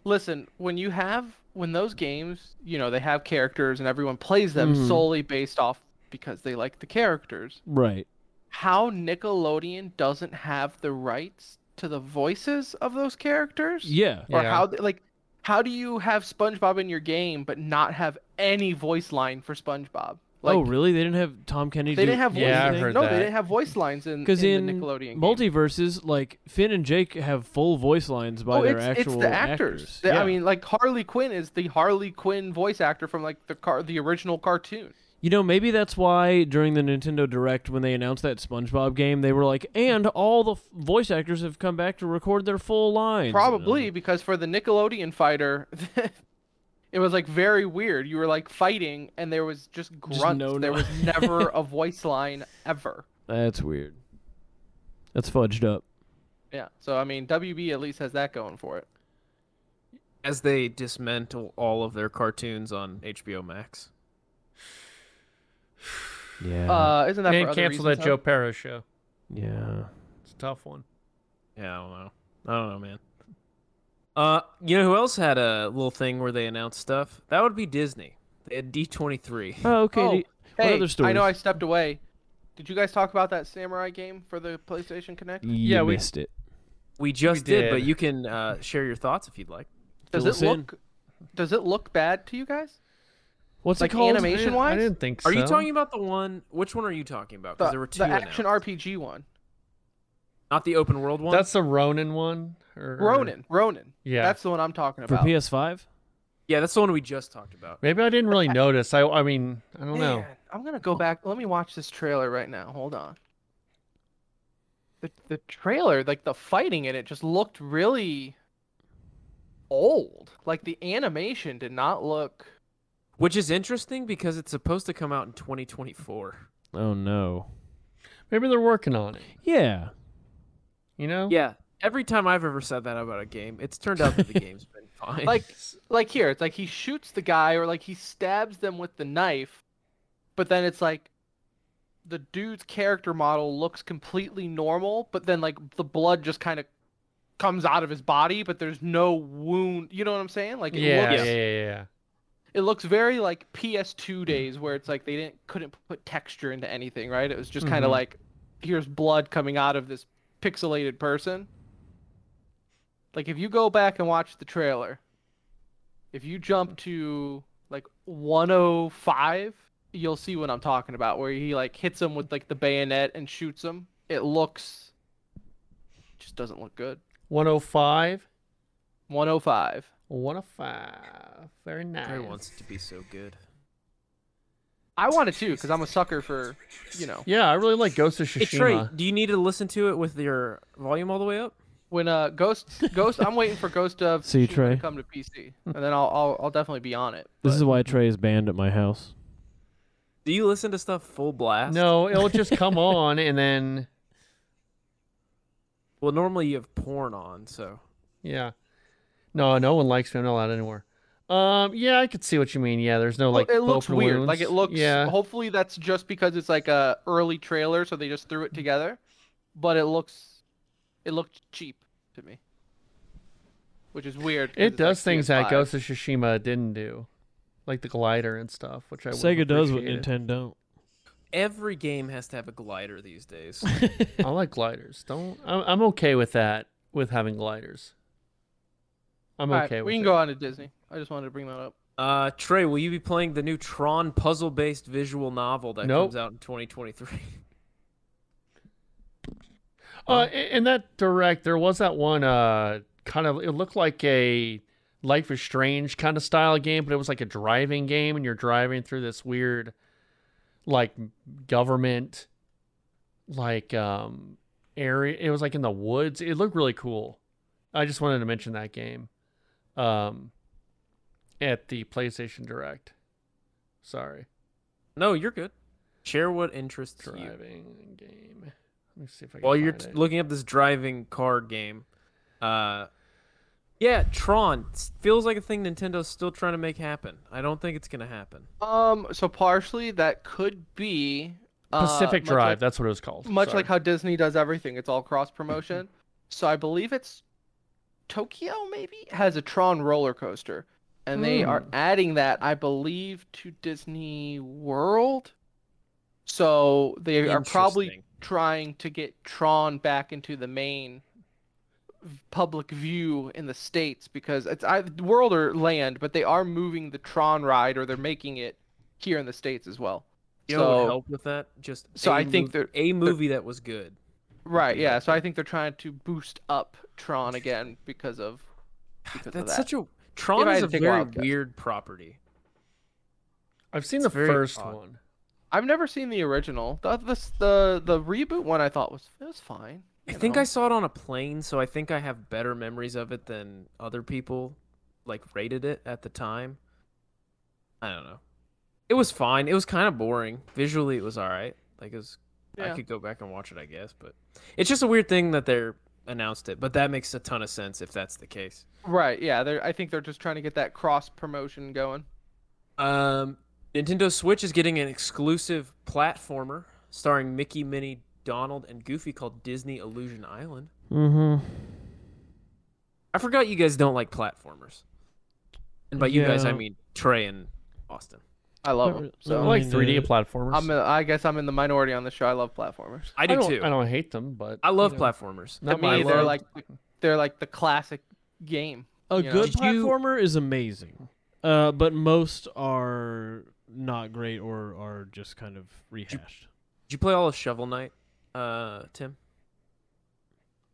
Listen, when you have when those games, you know, they have characters and everyone plays them
Hmm.
Mhm.
solely based off because they like the characters.
Right.
How Nickelodeon doesn't have the rights to the voices of those characters?
Yeah.
Or
Yeah.
how they- like how do you have SpongeBob in your game but not have any voice line for SpongeBob? Like
oh, really? They didn't have Tom Kenny.
they didn't have voice
Yeah, I've
lines.
heard
No,
that.
they didn't have voice lines in,
because
in,
in,
the Nickelodeon game.
multiverses, like Finn and Jake have full voice lines by
oh,
their
it's,
actual
it's the actors. The-
Yeah.
I mean, like Harley Quinn is the Harley Quinn voice actor from like the car, the original cartoon.
You know, maybe that's why during the Nintendo Direct when they announced that SpongeBob game, they were like, "And all the f- voice actors have come back to record their full lines." Uh,
Probably because for the Nickelodeon fighter, it was like very weird. You were like fighting, and there was just grunts.
no
there
no-
was never a voice line ever.
That's weird. That's fudged up.
Yeah. So I mean, WB at least has that going for it.
As they dismantle all of their cartoons on HBO Max.
Yeah.
Uh, isn't that for
And
other
cancel
reasons,
that
huh?
Joe Perro show.
yeah.
It's a tough one.
Yeah, I don't know. I don't know, man. Uh, you know who else had a little thing where they announced stuff? That would be Disney. They had D23.
Oh, okay.
Oh,
do you- what
Hey,
other stories?
I know I stepped away. Did you guys talk about that samurai game for the PlayStation Connect?
You
Yeah, we-
missed it.
We just did.
did.
but you can uh, share your thoughts if you'd like.
Does
Fill us
it
in.
look? Does it look bad to you guys?
Oh,
What's
like
it called?
animation-
I
Wise?
didn't think so.
Are you talking about the one? Which one are you talking about?
the,
Because there were two.
the action
announced.
RPG one.
not the open world one.
That's the Ronin one? Or, or-
Ronin, Ronin.
Yeah.
that's the one I'm talking
for
about.
PS5.
yeah, that's the one we just talked about.
Maybe I didn't really notice. I, I mean, I don't know.
Man, I'm gonna go back. Let me watch this trailer right now. Hold on. The the trailer, like the fighting in it, just looked really old. Like the animation did not look.
Which is interesting because it's supposed to come out in 2024.
Oh no.
Maybe they're working on it.
Yeah.
You know?
Yeah. Every time I've ever said that about a game, it's turned out that the game's been fine.
Like like here, it's like he shoots the guy or like he stabs them with the knife, but then it's like the dude's character model looks completely normal, but then like the blood just kind of comes out of his body, but there's no wound. You know what I'm saying? Like it
Yeah,
looks
yeah, yeah, yeah.
it looks very like PS2 days where it's like they didn't couldn't put texture into anything, right? It was just kind of
Mhm.
like here's blood coming out of this pixelated person. Like if you go back and watch the trailer, if you jump to like 105, you'll see what I'm talking about where he like hits him with like the bayonet and shoots him. It looks just doesn't look good.
105.
105.
105. Very nice.
Everyone wants it to be so good.
I wanted to cuz I'm a sucker for, you know,
Yeah, I really like Ghost of
Hey Trey,
Tsushima.
do you need to listen to it with your volume all the way up?
When uh Ghost Ghost I'm waiting for Ghost of
See,
Tsushima to
Trey.
come to PC. And then I'll I'll, I'll definitely be on it.
This
but-
is why Trey is banned at my house.
Do you listen to stuff full blast?
No, it'll just come on and then
Well, normally you have porn on, so
yeah. No, no one likes me. I'm not allowed anymore. Um, yeah, I could see what you mean. Yeah, there's no like
it looks
open
weird.
wounds.
Like it looks.
Yeah,
Hopefully that's just because it's like a early trailer, so they just threw it together. But it looks, it looked cheap to me, which is weird. 'cause
it
it's, like,
does things that
PS5.
Ghost of Tsushima didn't do, like the glider and stuff, which I would've
Sega does what
appreciated.
Nintendo don't.
every game has to have a glider these days.
I like gliders. Don't I'm, I'm okay with that with having gliders. I'm
Alright,
okay with
we can
it.
go on to Disney. I just wanted to bring that up.
uh, Trey, will you be playing the new Tron puzzle-based visual novel that
Nope.
comes out in 2023?
Uh, i- in that direct, there was that one uh, kind of. It looked like a Life is Strange kind of style game, but it was like a driving game, and you're driving through this weird, like government, like um area. It was like in the woods. It looked really cool. I just wanted to mention that game, um, at the PlayStation Direct. Sorry,
no, you're good. Share what interests you.
driving game. Let me see if I can.
While you're
find
t-
it.
looking up this driving car game, uh, yeah, Tron s- feels like a thing Nintendo's still trying to make happen. I don't think it's gonna happen.
Um, so partially that could be uh,
Pacific
much
Drive.
like-
that's what it was called.
much
Sorry.
like how Disney does everything, it's all cross promotion. so I believe it's Tokyo maybe has a Tron roller coaster, and they are
Hmm.
adding that I believe to Disney World. So they are probably
Interesting.
trying to get Tron back into the main v- public view in the states because it's either world or land, but they are moving the Tron ride or they're making it here in the states as well.
You know what would
so
help with that? Just
so
I
I think they're-
a movie that was good.
Right, yeah. So I think they're trying to boost up Tron again because of because
That's
of that.
such a Tron
I
is
had
a
to take a
very
wild guess.
weird property.
I've seen
It's
the
very
first
odd.
one.
I've never seen the original. The the the, the reboot one I thought was it was fine.
I
you
think
know.
I saw it on a plane, so I think I have better memories of it than other people like rated it at the time. I don't know. It was fine. It was kind of boring. Visually it was all right. Like it was I
Yeah.
could go back and watch it, I guess, but it's just a weird thing that they're announced it, but that makes a ton of sense if that's the case.
Right, yeah. They're I think they're just trying to get that cross promotion going.
Um, Nintendo Switch is getting an exclusive platformer starring Mickey, Minnie, Donald, and Goofy called Disney Illusion Island.
Mm-hmm.
I forgot you guys don't like platformers. And by you guys, I
Yeah.
mean Trey and Austin.
I love
Not
them.
re-
I
not
So
really.
like 3D
into it.
platformers.
I'm a, I guess I'm in the minority on the show. I love platformers.
I do
not
too.
I
I,
don't hate them, but
love
you know,
platformers.
Not
to
my
me, they're
love.
like they're like the classic game.
A
you know?
good
Did you-
platformer is amazing, uh, but most are not great or are just kind of rehashed.
Did you play all of Shovel Knight, uh, Tim?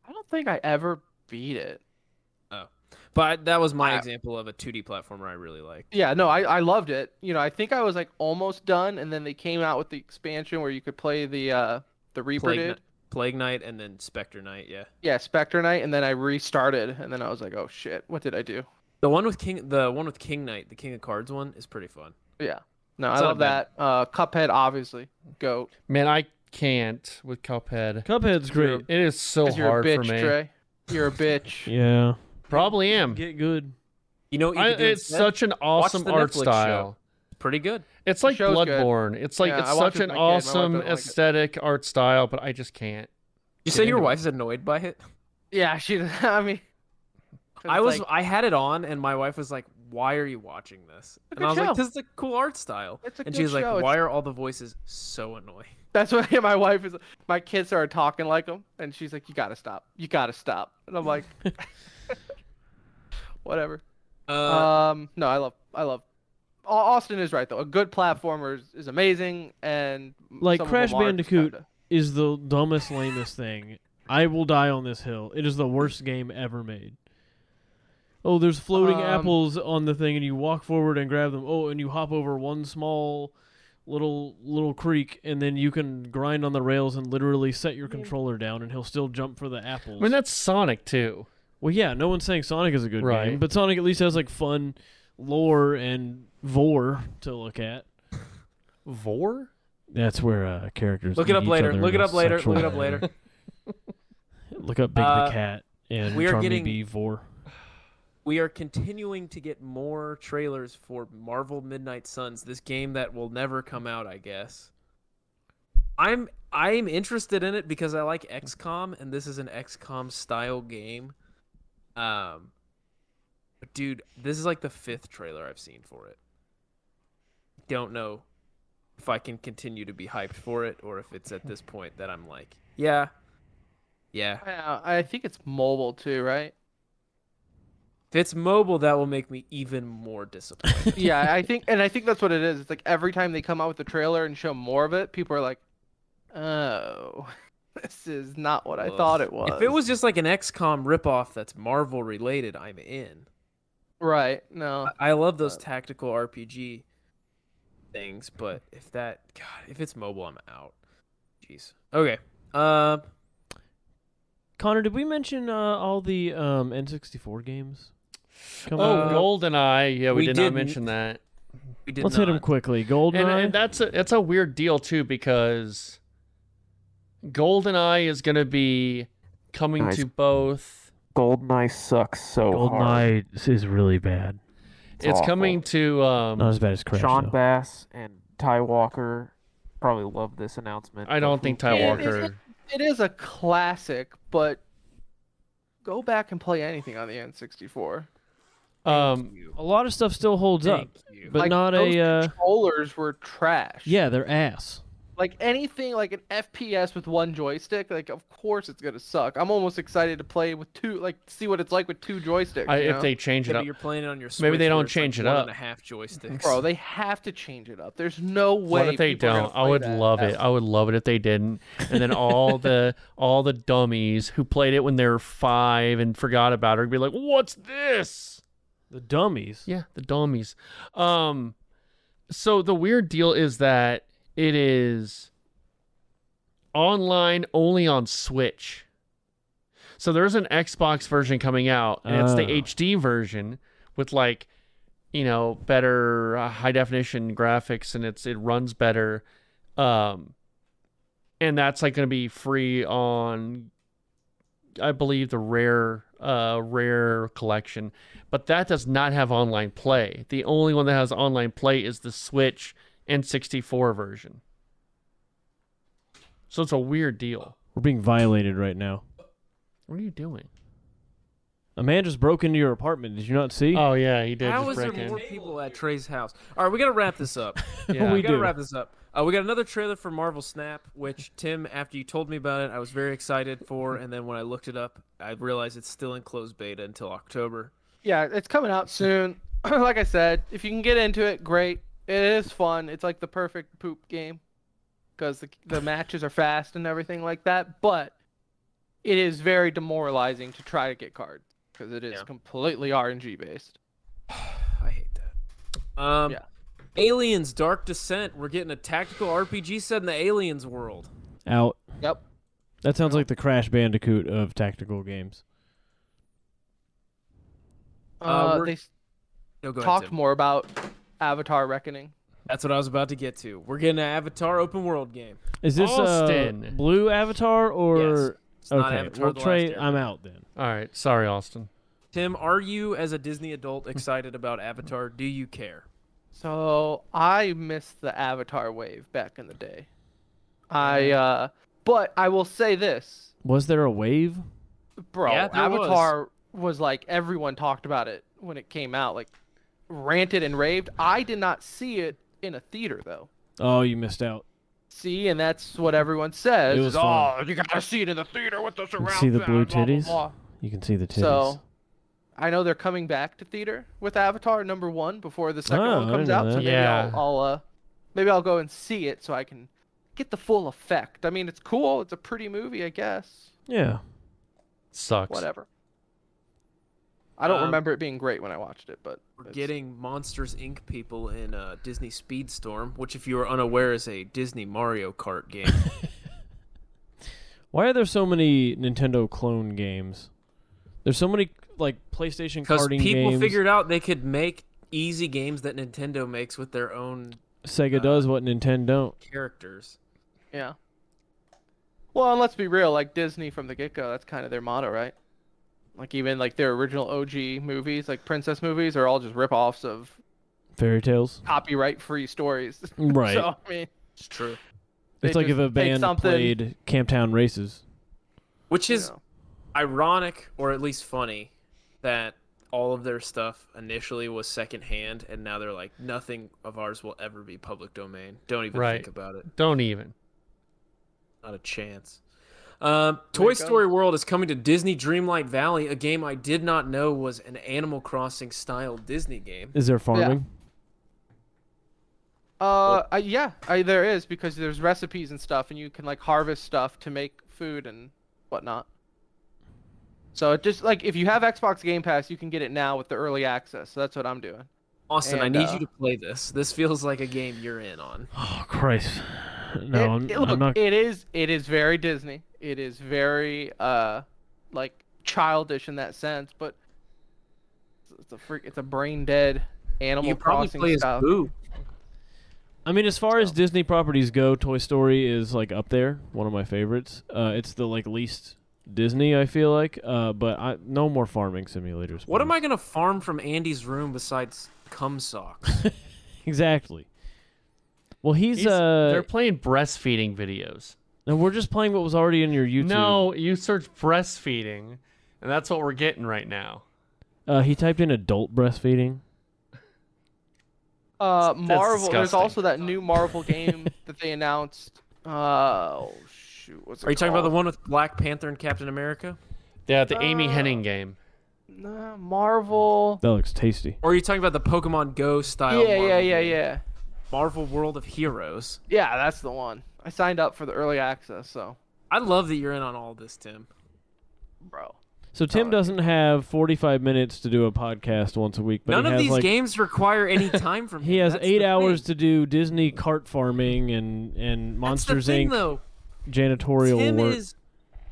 I don't think I ever beat it.
But that was my example of a 2D platformer I really liked.
Yeah, no, I, I loved it. You know, I think I was like almost done, and then they came out with the expansion where you could play the uh the Reaper
Plague,
dude.
Knight, Plague Knight and then Spectre Knight, yeah.
Yeah, Spectre Knight, and then I restarted, and then I was like, oh shit, what did I do?
The one with King the one with King Knight, the King of Cards one, is pretty fun.
Yeah, no,
It's
I
not
love
bad.
that. Uh, Cuphead, obviously, goat.
man, I can't with Cuphead.
Cuphead's
It
great.
is so
'Cause you're a
hard for
bitch,
me.
Trey. You're a bitch.
Yeah,
Probably am.
get good.
You know what you
I,
could do
it's
instead?
such an awesome
the
art
Netflix show.
style.
pretty good.
It's like
show's good.
Bloodborne. It's like
Yeah, I
it's
watched
such
it with
an
my kid. My wife
awesome
doesn't like it.
aesthetic art style, but I just can't.
You
Get
say
into
your
it.
wife's annoyed by it?
Yeah, she. I mean, 'cause
I
it's
was
like,
I had it on and my wife was like, "Why are you watching this?"
a
And I was
good show.
like, "This is a cool art style."
It's a
and
good
she was like,
show. It's-
"Why are all the voices so annoying?"
that's what yeah, my wife is. My kids started talking like him, and she's like, you gotta stop. You gotta stop. And I'm like, whatever.
Uh,
Um, no, I love, I love. Au- Austin is right though. A good platformer is, is amazing, and m-
Like
some of
Crash
them are just
Bandicoot
kinda-
is the dumbest, lamest thing. I will die on this hill. It is the worst game ever made. Oh, there's floating
Um,
apples on the thing, and you walk forward and grab them. Oh, and you hop over one small, little little creek, and then you can grind on the rails and literally set your controller down, and he'll still jump for the apples.
I mean, that's Sonic too.
well, yeah, no one's saying Sonic is a good game,
Right.
but Sonic at least has like fun lore and vor to look at.
Vor?
That's where uh, characters
Look it
eat
up
each
later.
other
Look
in
it
a
up later. Look it
sexual
up later.
way. Look up Big
Uh,
the Cat and
we are
Charmy
getting-
B. Vor.
we are continuing to get more trailers for Marvel Midnight Suns, this game that will never come out, I guess. I'm I'm interested in it because I like XCOM and this is an XCOM style game. Um but dude, this is like the fifth trailer I've seen for it. Don't know if I can continue to be hyped for it or if it's at this point that I'm like, yeah. Yeah.
Yeah, I think it's mobile too, right?
If it's mobile, that will make me even more disappointed.
yeah, I think, and I think that's what it is. It's like every time they come out with a trailer and show more of it, people are like, "Oh, this is not what I thought it was."
If it was just like an XCOM ripoff that's Marvel related, I'm in.
right, no,
I- I love those tactical RPG things, but if that, God, if it's mobile, I'm out. Jeez. Okay. Um.
Connor, did we mention uh, all the um, N64 games?
Oh,
Come
Uh,
Goldeneye. Yeah, we,
we
did
didn't.
not mention that.
we did
Let's hit them
not-
quickly. Goldeneye.
And, and that's a, that's a weird deal too because Goldeneye is going to be coming
Nice.
to both.
Goldeneye sucks so hard.
Goldeneye is really bad.
It's, coming to um,
Not as bad as Crash.
Sean
though.
Bass and Ty Walker probably love this announcement.
I don't think Ty
Yeah,
Walker.
it is a classic, but go back and play anything on the N64.
Um,
a lot of stuff still holds up, but
like,
not
those
a. Uh,
controllers were trash.
yeah, they're ass.
like anything like an FPS with one joystick, like of course it's gonna suck. I'm almost excited to play with two, like see what it's like with two joysticks.
I,
you
if
know?
they change it
Maybe
up,
you're playing it on your Switch.
Maybe they don't
where it's like
change it
one
up.
and a half joysticks.
Bro, they have to change it up. There's no way.
what if they
people are gonna
don't? I
play
would
that.
love it. I would love it if they didn't. And then all the all the dummies who played it when they were five and forgot about it would be like, "What's this?"
The dummies.
Yeah, the dummies. Um, so the weird deal is that it is online only on Switch. So there's an Xbox version coming out, and it's the
Oh.
HD version with like, you know, better uh, high definition graphics, and it's it runs better. Um, and that's like going to be free on, I believe, the rare uh rare collection but that does not have online play. The only one that has online play is the Switch N64 version. So it's a weird deal.
We're being violated right now.
What are you doing?
A man just broke into your apartment. Did you not see?
Oh yeah, he did.
How
just
is there
break in.
more people at Trey's house? All right, we gotta wrap this up.
Yeah.
we
We
gotta
do.
wrap this up. Uh, we got another trailer for Marvel Snap, which Tim, after you told me about it, I was very excited for, and then when I looked it up, I realized it's still in closed beta until October.
Yeah, it's coming out soon. like I said, if you can get into it, great. It is fun. It's like the perfect poop game because the, the matches are fast and everything like that. But it is very demoralizing to try to get cards because it is
Yeah.
completely RNG based.
I hate that. Um,
Yeah.
Aliens: Dark Descent. We're getting a tactical RPG set in the aliens world.
Out.
Yep.
That sounds like the Crash Bandicoot of tactical games.
Uh,
we're-
they s-
No, go
talked
ahead, Tim.
more about Avatar Reckoning.
That's what I was about to get to. We're getting an Avatar open world game.
Is this uh,
Austin.
blue avatar or?
Yes. It's
okay.
not Avatar:
well,
The
Trey,
Last Airbender.
I'm out then.
All right, sorry, Austin.
Tim, are you as a Disney adult excited about Avatar? Do you care?
So I missed the Avatar wave back in the day. I uh but I will say this,
Was there a wave?
bro,
Yeah, there was.
Avatar was. like everyone talked about it when it came out, like ranted and raved. I did not see it in a theater though.
Oh, you missed out.
See, and that's what everyone says.
It
is,
was
oh,
fun.
you gotta see it in the theater with the
You
surround
can see the blue
sound, blah, blah,
titties.
blah."
You can see the titties.
So I know they're coming back to theater with Avatar number one before the second
Oh,
one
I
comes
didn't
out.
know
So
that.
maybe
Yeah.
I'll, I'll uh, maybe I'll go and see it so I can get the full effect. I mean, it's cool. It's a pretty movie, I guess.
yeah.
Sucks.
Whatever. I don't
Um,
remember it being great when I watched it, but
We're
it's-
getting Monsters Inc. people in uh, Disney Speedstorm, which, if you are unaware, is a Disney Mario Kart game.
Why are there so many Nintendo clone games? There's so many like PlayStation
Because
karting
people
games.
figured out they could make easy games that Nintendo makes with their own
Sega
Uh,
does what Nintendo don't.
characters.
Yeah. Well, and let's be real, like Disney from the get go, that's kind of their motto, right? Like even like their original OG movies, like princess movies, are all just rip-offs of
Fairy tales.
copyright-free stories.
Right.
so I mean,
It's true.
they
it's like if
just
a
take
band
something,
played Camptown Races.
Which
you
is
know.
ironic or at least funny that all of their stuff initially was secondhand and now they're like nothing of ours will ever be public domain. Don't even
Right.
think about it.
Don't even.
Not a chance. Um, Toy
go.
Story World is coming to Disney Dreamlight Valley, a game I did not know was an Animal Crossing style Disney game.
Is there farming?
Uh, I, yeah, I, there is because there's recipes and stuff, and you can like harvest stuff to make food and whatnot. So it just like if you have Xbox Game Pass, you can get it now with the early access. So that's what I'm doing.
Austin,
And,
I need
uh,
you to play this. This feels like a game you're in on.
Oh Christ! No,
It-
I'm,
it-
I'm
look,
not.
It is. It is very Disney. It is very uh, like childish in that sense, but it's- it's a freak. It's a brain dead Animal
You probably
Crossing
play
stuff.
as Boo.
I mean, as far as Disney properties go, Toy Story is like up there, one of my favorites. Uh, it's the like least Disney, I feel like. Uh, but I no more farming simulators.
What am
please.
I gonna farm from Andy's room besides cum socks?
exactly? Well, he's,
He's-
uh.
They're playing breastfeeding videos.
No, we're just playing what was already in your YouTube.
No, you search breastfeeding, and that's what we're getting right now.
Uh, he typed in adult breastfeeding.
Uh, Marvel. There's
disgusting.
also that new Marvel game that they announced. Uh, oh shoot, what's it
Are you talking about the
called?
one with Black Panther and Captain America?
Yeah, the Amy Henning game.
No, Marvel.
That looks tasty.
Or are you talking about the Pokemon Go style?
Yeah, yeah,
Marvel
yeah,
game?
yeah.
Marvel World of Heroes.
Yeah, that's the one. I signed up for the early access, so
I love that you're in on all this, Tim.
bro.
So
Oh,
Tim doesn't have 45 minutes to do a podcast once a week, but
None
he
of
has
these
like
games require any time from
he
him.
has
That's
eight
the
hours
thing.
to do Disney cart farming and and
That's
Monsters
the thing,
Inc.
though.
janitorial
Tim
work.
is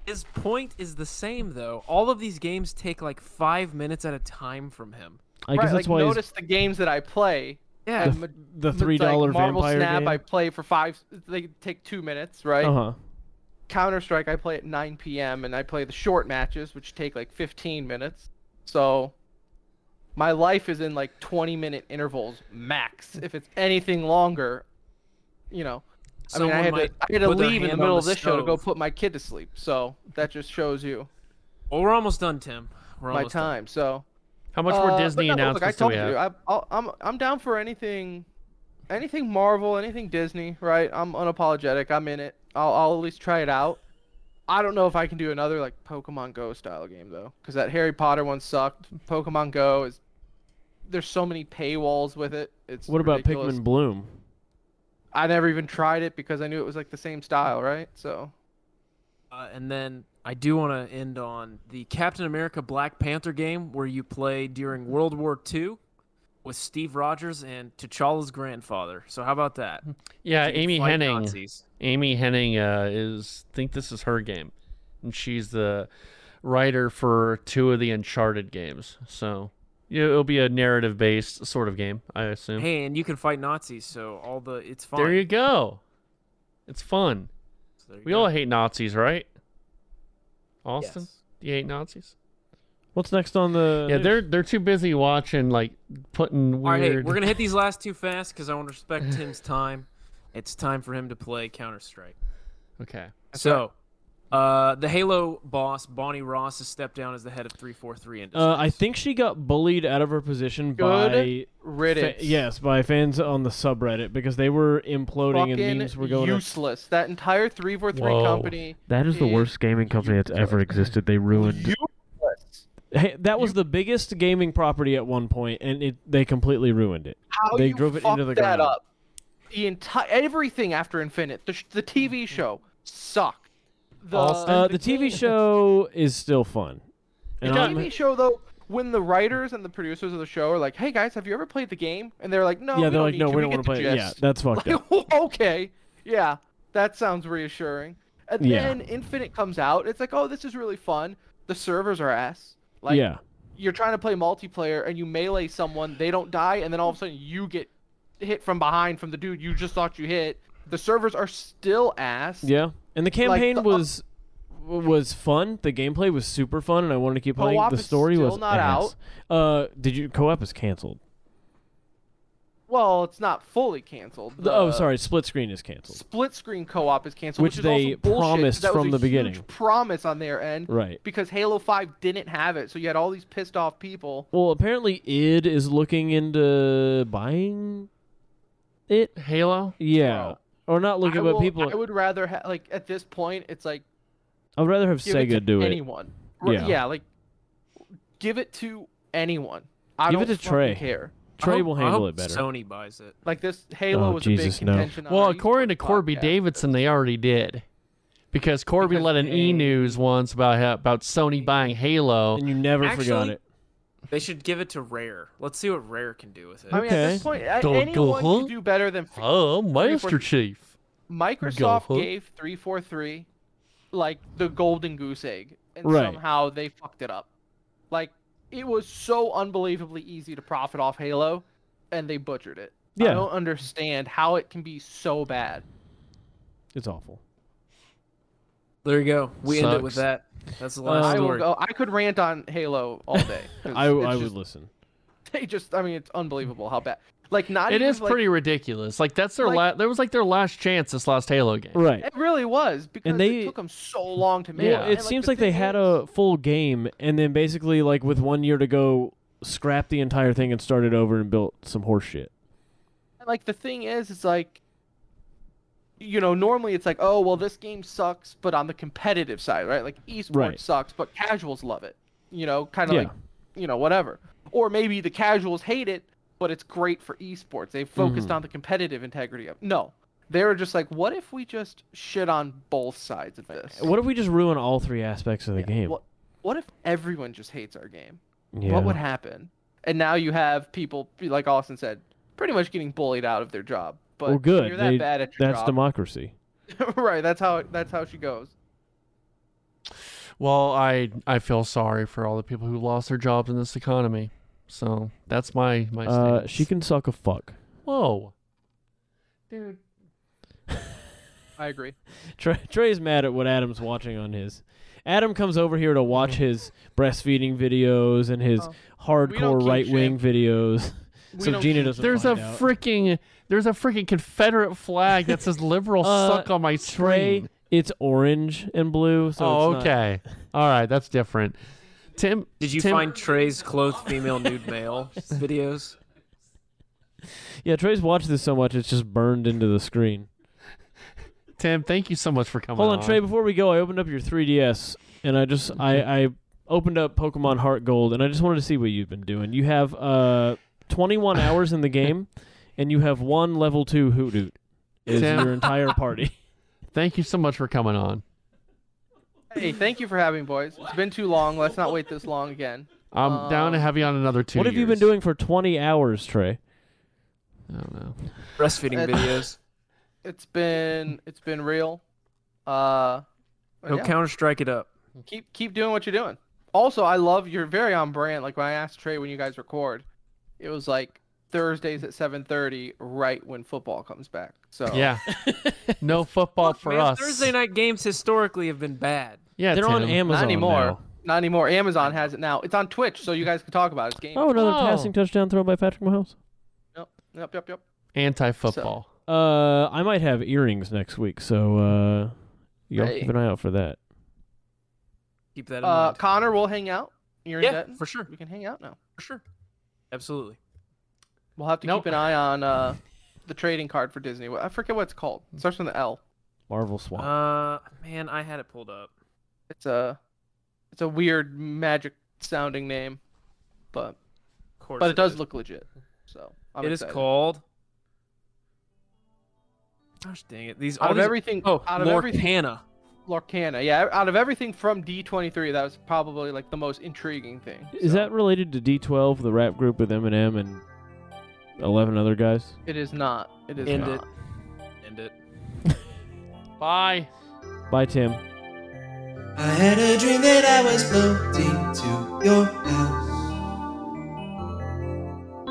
his point is the same though. All of these games take like five minutes at a time from him.
I guess
right,
that's
like
why
notice the games that I play.
Yeah,
and ma-
the
it's like
three dollar
Marvel
vampire
Snap
game.
I play for five. They take two minutes, right?
uh huh.
Counter Strike I play at 9 p.m. and I play the short matches, which take like 15 minutes. So my life is in like 20 minute intervals max. If it's anything longer, you know, I mean, I had to, I had to
put their
leave in the
hand
middle
on
of this show to go
stove.
put my kid to sleep. So that just shows you
Well, we're almost done, Tim. We're
my
almost done.
time. So
How much more
uh, but
Disney
no, look, I
announcements do
told
we have?
you, I, I'll- I'm I'm down for anything, anything Marvel, anything Disney. Right? I'm unapologetic. I'm in it. I'll I'll at least try it out. I don't know if I can do another like Pokemon Go style game though, because that Harry Potter one sucked. Pokemon Go is there's so many paywalls with it. It's
What about
ridiculous.
Pikmin Bloom?
I never even tried it because I knew it was like the same style, right? So
Uh, and then I do want to end on the Captain America Black Panther game where you play during World War II with Steve Rogers and T'Challa's grandfather. So how about that?
yeah,
You can
Uh, Amy
fight
Henning.
Nazis.
Amy Henning uh, is think this is her game, and she's the writer for two of the Uncharted games. So yeah, it'll be a narrative based sort of game, I assume.
Hey, and you can fight Nazis, so all the it's fine.
there you go. It's fun.
So there you
We
go.
all hate Nazis, right?
Yes.
Austin, do you hate Nazis?
What's next on
Uh,
the?
yeah,
news?
they're they're too busy watching like putting
All right, hey,
weird.
we're gonna hit these last two fast because I want to respect Tim's time. It's time for him to play Counter Strike.
okay.
So, uh, the Halo boss Bonnie Ross has stepped down as the head of 343 Industries.
Uh, I think she got bullied out of her position
Good
by fa-
riddance.
yes by fans on the subreddit because they were imploding and memes
fucking
were going. up.
useless. That entire three for three
Whoa.
company.
That is the
is
worst gaming company that's ever existed. They ruined.
Useless.
Hey, that was the biggest gaming property at one point, and it they completely ruined it.
how
They
you
drove it into
fucked
the
that
ground.
up. The entire everything after Infinite, the, sh- the TV
Mm-hmm.
show sucked. The,
Uh, the TV show is still fun. And
the
I'm-
TV show though, when the writers and the producers of the show are like, "Hey guys, have you ever played the game?" and they're like, "No,
yeah,
we
they're like,
need
no,
to.
we don't want to
get
play.
the
it. Yeah,
gist."
that's fucked up.
Like, okay, yeah, that sounds reassuring. And
Yeah.
then Infinite comes out. It's like, oh, this is really fun. The servers are ass. Like,
yeah,
you're trying to play multiplayer and you melee someone, they don't die, and then all of a sudden you get hit from behind from the dude you just thought you hit. The servers are still ass.
Yeah, and the campaign
the- uh,
was w- was fun. The gameplay was super fun, and I wanted to keep playing.
Co-op
The
is
story
still
was
not
ass. out. Uh, did you co-op is canceled?
Well, it's not fully canceled.
The- oh,
The
sorry, split screen is canceled.
Split screen co-op is canceled,
Which
which, is
they
also bullshit, 'cause
promised
that was
from
a
the
huge
beginning.
Promise on their end,
Right.
Because Halo Five didn't have it, so you had all these pissed off people.
Well, apparently id is looking into buying it.
Halo?
Yeah, or not looking,
I
but
will-
people.
I would rather ha- like at this point, it's like
I'd rather have
give it to
Sega do it.
anyone. Right,
Yeah.
yeah, like give it to anyone. I
Give it
don't
to
fucking
Trey.
care.
Trey
I hope-
will
I
handle
hope
it better.
Sony buys it.
Like this Halo
Oh,
was
Jesus,
a big
no.
contention. on
Well,
our
according to
esports
Corby
podcast.
Davidson, they already did. Because Corby
Because
let an
they-
E News once about how, about Sony buying Halo.
and you never forgot
Actually-
it.
They should give it to Rare. Let's see what Rare can do with it.
I mean, at this point, a-
Go- go,
anyone
huh?
could do better than
Oh, Master
343.
Chief.
Microsoft
huh?
gave 343 like the golden goose egg, and
Right.
somehow they fucked it up. Like it was so unbelievably easy to profit off Halo, and they butchered it.
Yeah.
I don't understand how it can be so bad.
It's awful.
there you go. We end it with
Sucks.
that. That's the last
Uh, I will
story.
go. I could rant on Halo all day. 'cause
I, I
it's
would
just-
listen.
They just. I mean, it's unbelievable how bad. Like not.
It
even,
is
like,
pretty ridiculous. Like that's their
like-
last. There was like their last chance this last Halo game.
Right.
It really was because
they-
it took them so long to make.
Yeah.
Well,
and,
it seems
the
like they
thing
had
is-
a full game, and then basically, like with one year to go, scrapped the entire thing and started over and built some horse shit.
And, like the thing is, it's like, you know, normally it's like, oh well, this game sucks, but on the competitive side, right? Like esports
Right.
sucks, but casuals love it. You know, kind of
Yeah.
like, you know, whatever. Or maybe the casuals hate it, but it's great for esports. They focused
Mm-hmm.
on the competitive integrity of. No, they were just like, what if we just shit on both sides of this?
What if we just ruin all three aspects of the game?
What, what if everyone just hates our game?
yeah.
What would happen? And now you have people, like Austin said, pretty much getting bullied out of their job. But
well, good.
You're that
They-
bad at your
that's
job.
democracy.
right. That's how it, that's how she goes.
Well, I I feel sorry for all the people who lost their jobs in this economy. So that's my my.
Uh,
stance.
she can suck a fuck.
Whoa.
I agree.
Trey, Trey's mad at what Adam's watching on his. Adam comes over here to watch his breastfeeding videos and his
Oh. We don't
hardcore
kink
right wing videos.
We
So
don't
Gina
kink
doesn't.
There's a
find out.
freaking there's a freaking Confederate flag that says liberal
Uh,
suck on my
Trey.
screen.
It's orange and blue. So
oh,
it's not-
okay. All right, that's different. Tim,
Did you
Tim-
find Trey's clothed female nude male videos?
Yeah, Trey's watched this so much it's just burned into the screen.
Tim? Thank you so much for coming.
Hold on, Trey. Before we go, I opened up your 3DS, and I just I, I opened up Pokemon Heart Gold, and I just wanted to see what you've been doing. You have uh 21 hours in the game, and you have one level two Hootoot. Is
Tim.
your entire party?
Thank you so much for coming on.
Hey, thank you for having me, boys. It's been too long. Let's not wait this long again.
I'm down to have you on another two.
Um, what have you been
years.
doing for 20 hours, Trey?
I don't know.
Breastfeeding
That's-
videos.
It's been it's been real. Uh, but
Go
yeah,
Counter Strike it up.
keep keep doing what you're doing. Also, I love you're very on brand. Like when I asked Trey when you guys record, it was like Thursdays at 7:30, right when football comes back. So
Yeah. No football
Look,
for
man,
us.
Thursday night games historically have been bad.
Yeah,
They're on
Tim.
Amazon
not anymore.
now.
Not anymore. Amazon has it now. It's on Twitch, so you guys can talk about it. It's game.
Oh, another
Oh.
passing touchdown thrown by Patrick Mahomes.
Yep, yep, yep, yep.
Anti-football.
Uh, I might have earrings next week, so uh, y'all
Hey.
keep an eye out for that.
Keep that in
Uh,
mind.
Connor, we'll hang out. You're in
yeah,
Denton.
for sure.
We can hang out now.
For sure. Absolutely.
We'll have to
Nope.
keep an eye on uh, the trading card for Disney. I forget what it's called. It starts with an L.
Marvel Swap.
Uh, man, I had it pulled up.
It's a it's a weird magic sounding name, but
Of course
but it does
is.
look legit. So I'm
It is
excited.
called. Gosh dang it! These
Out
all
of
these-
everything,
Oh,
out of everything,
Lorcana.
Lorcana. Yeah, out of everything from D23, that was probably like the most intriguing thing.
Is
so.
that related to D12, the rap group with Eminem and 11 other guys?
It is not. It is
End
not.
it. End it.
Bye.
Bye, Tim.
I had a dream that I was floating to your house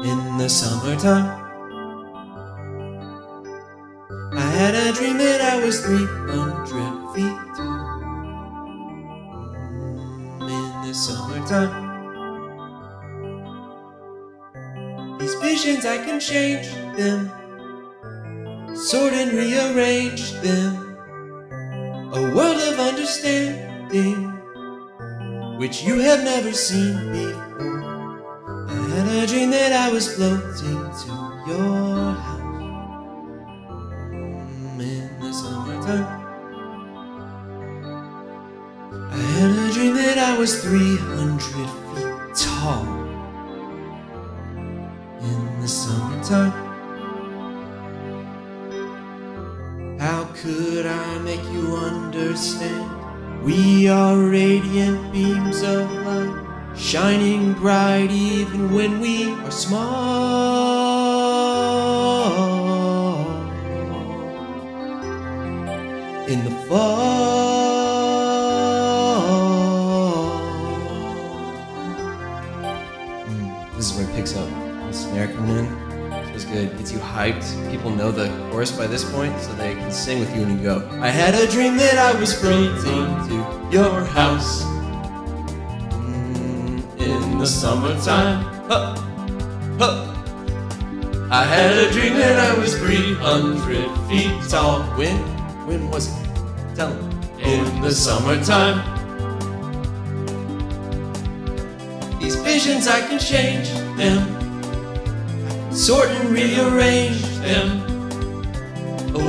in the summertime. was 300 feet tall. Mm, In the summertime, these visions I can change them, sort and rearrange them. A world of understanding, which you have never seen before. I had a dream that I was floating to your house mm, in the summertime. I had a dream that I was 300 feet tall in the summertime. How could I make you understand? We are radiant beams of light, shining bright even when we are small. In the fall. Mm, this is where it picks up. The snare coming in. This was good. Gets you hyped. People know the chorus by this point, so they can sing with you when you go. I had a dream that I was floating to your house Mm, in the summertime. Huh. Huh. I had a dream that I was 300 feet tall. When? When was it? Tell 'em. In the summertime. These visions I can change them, sort and rearrange them. A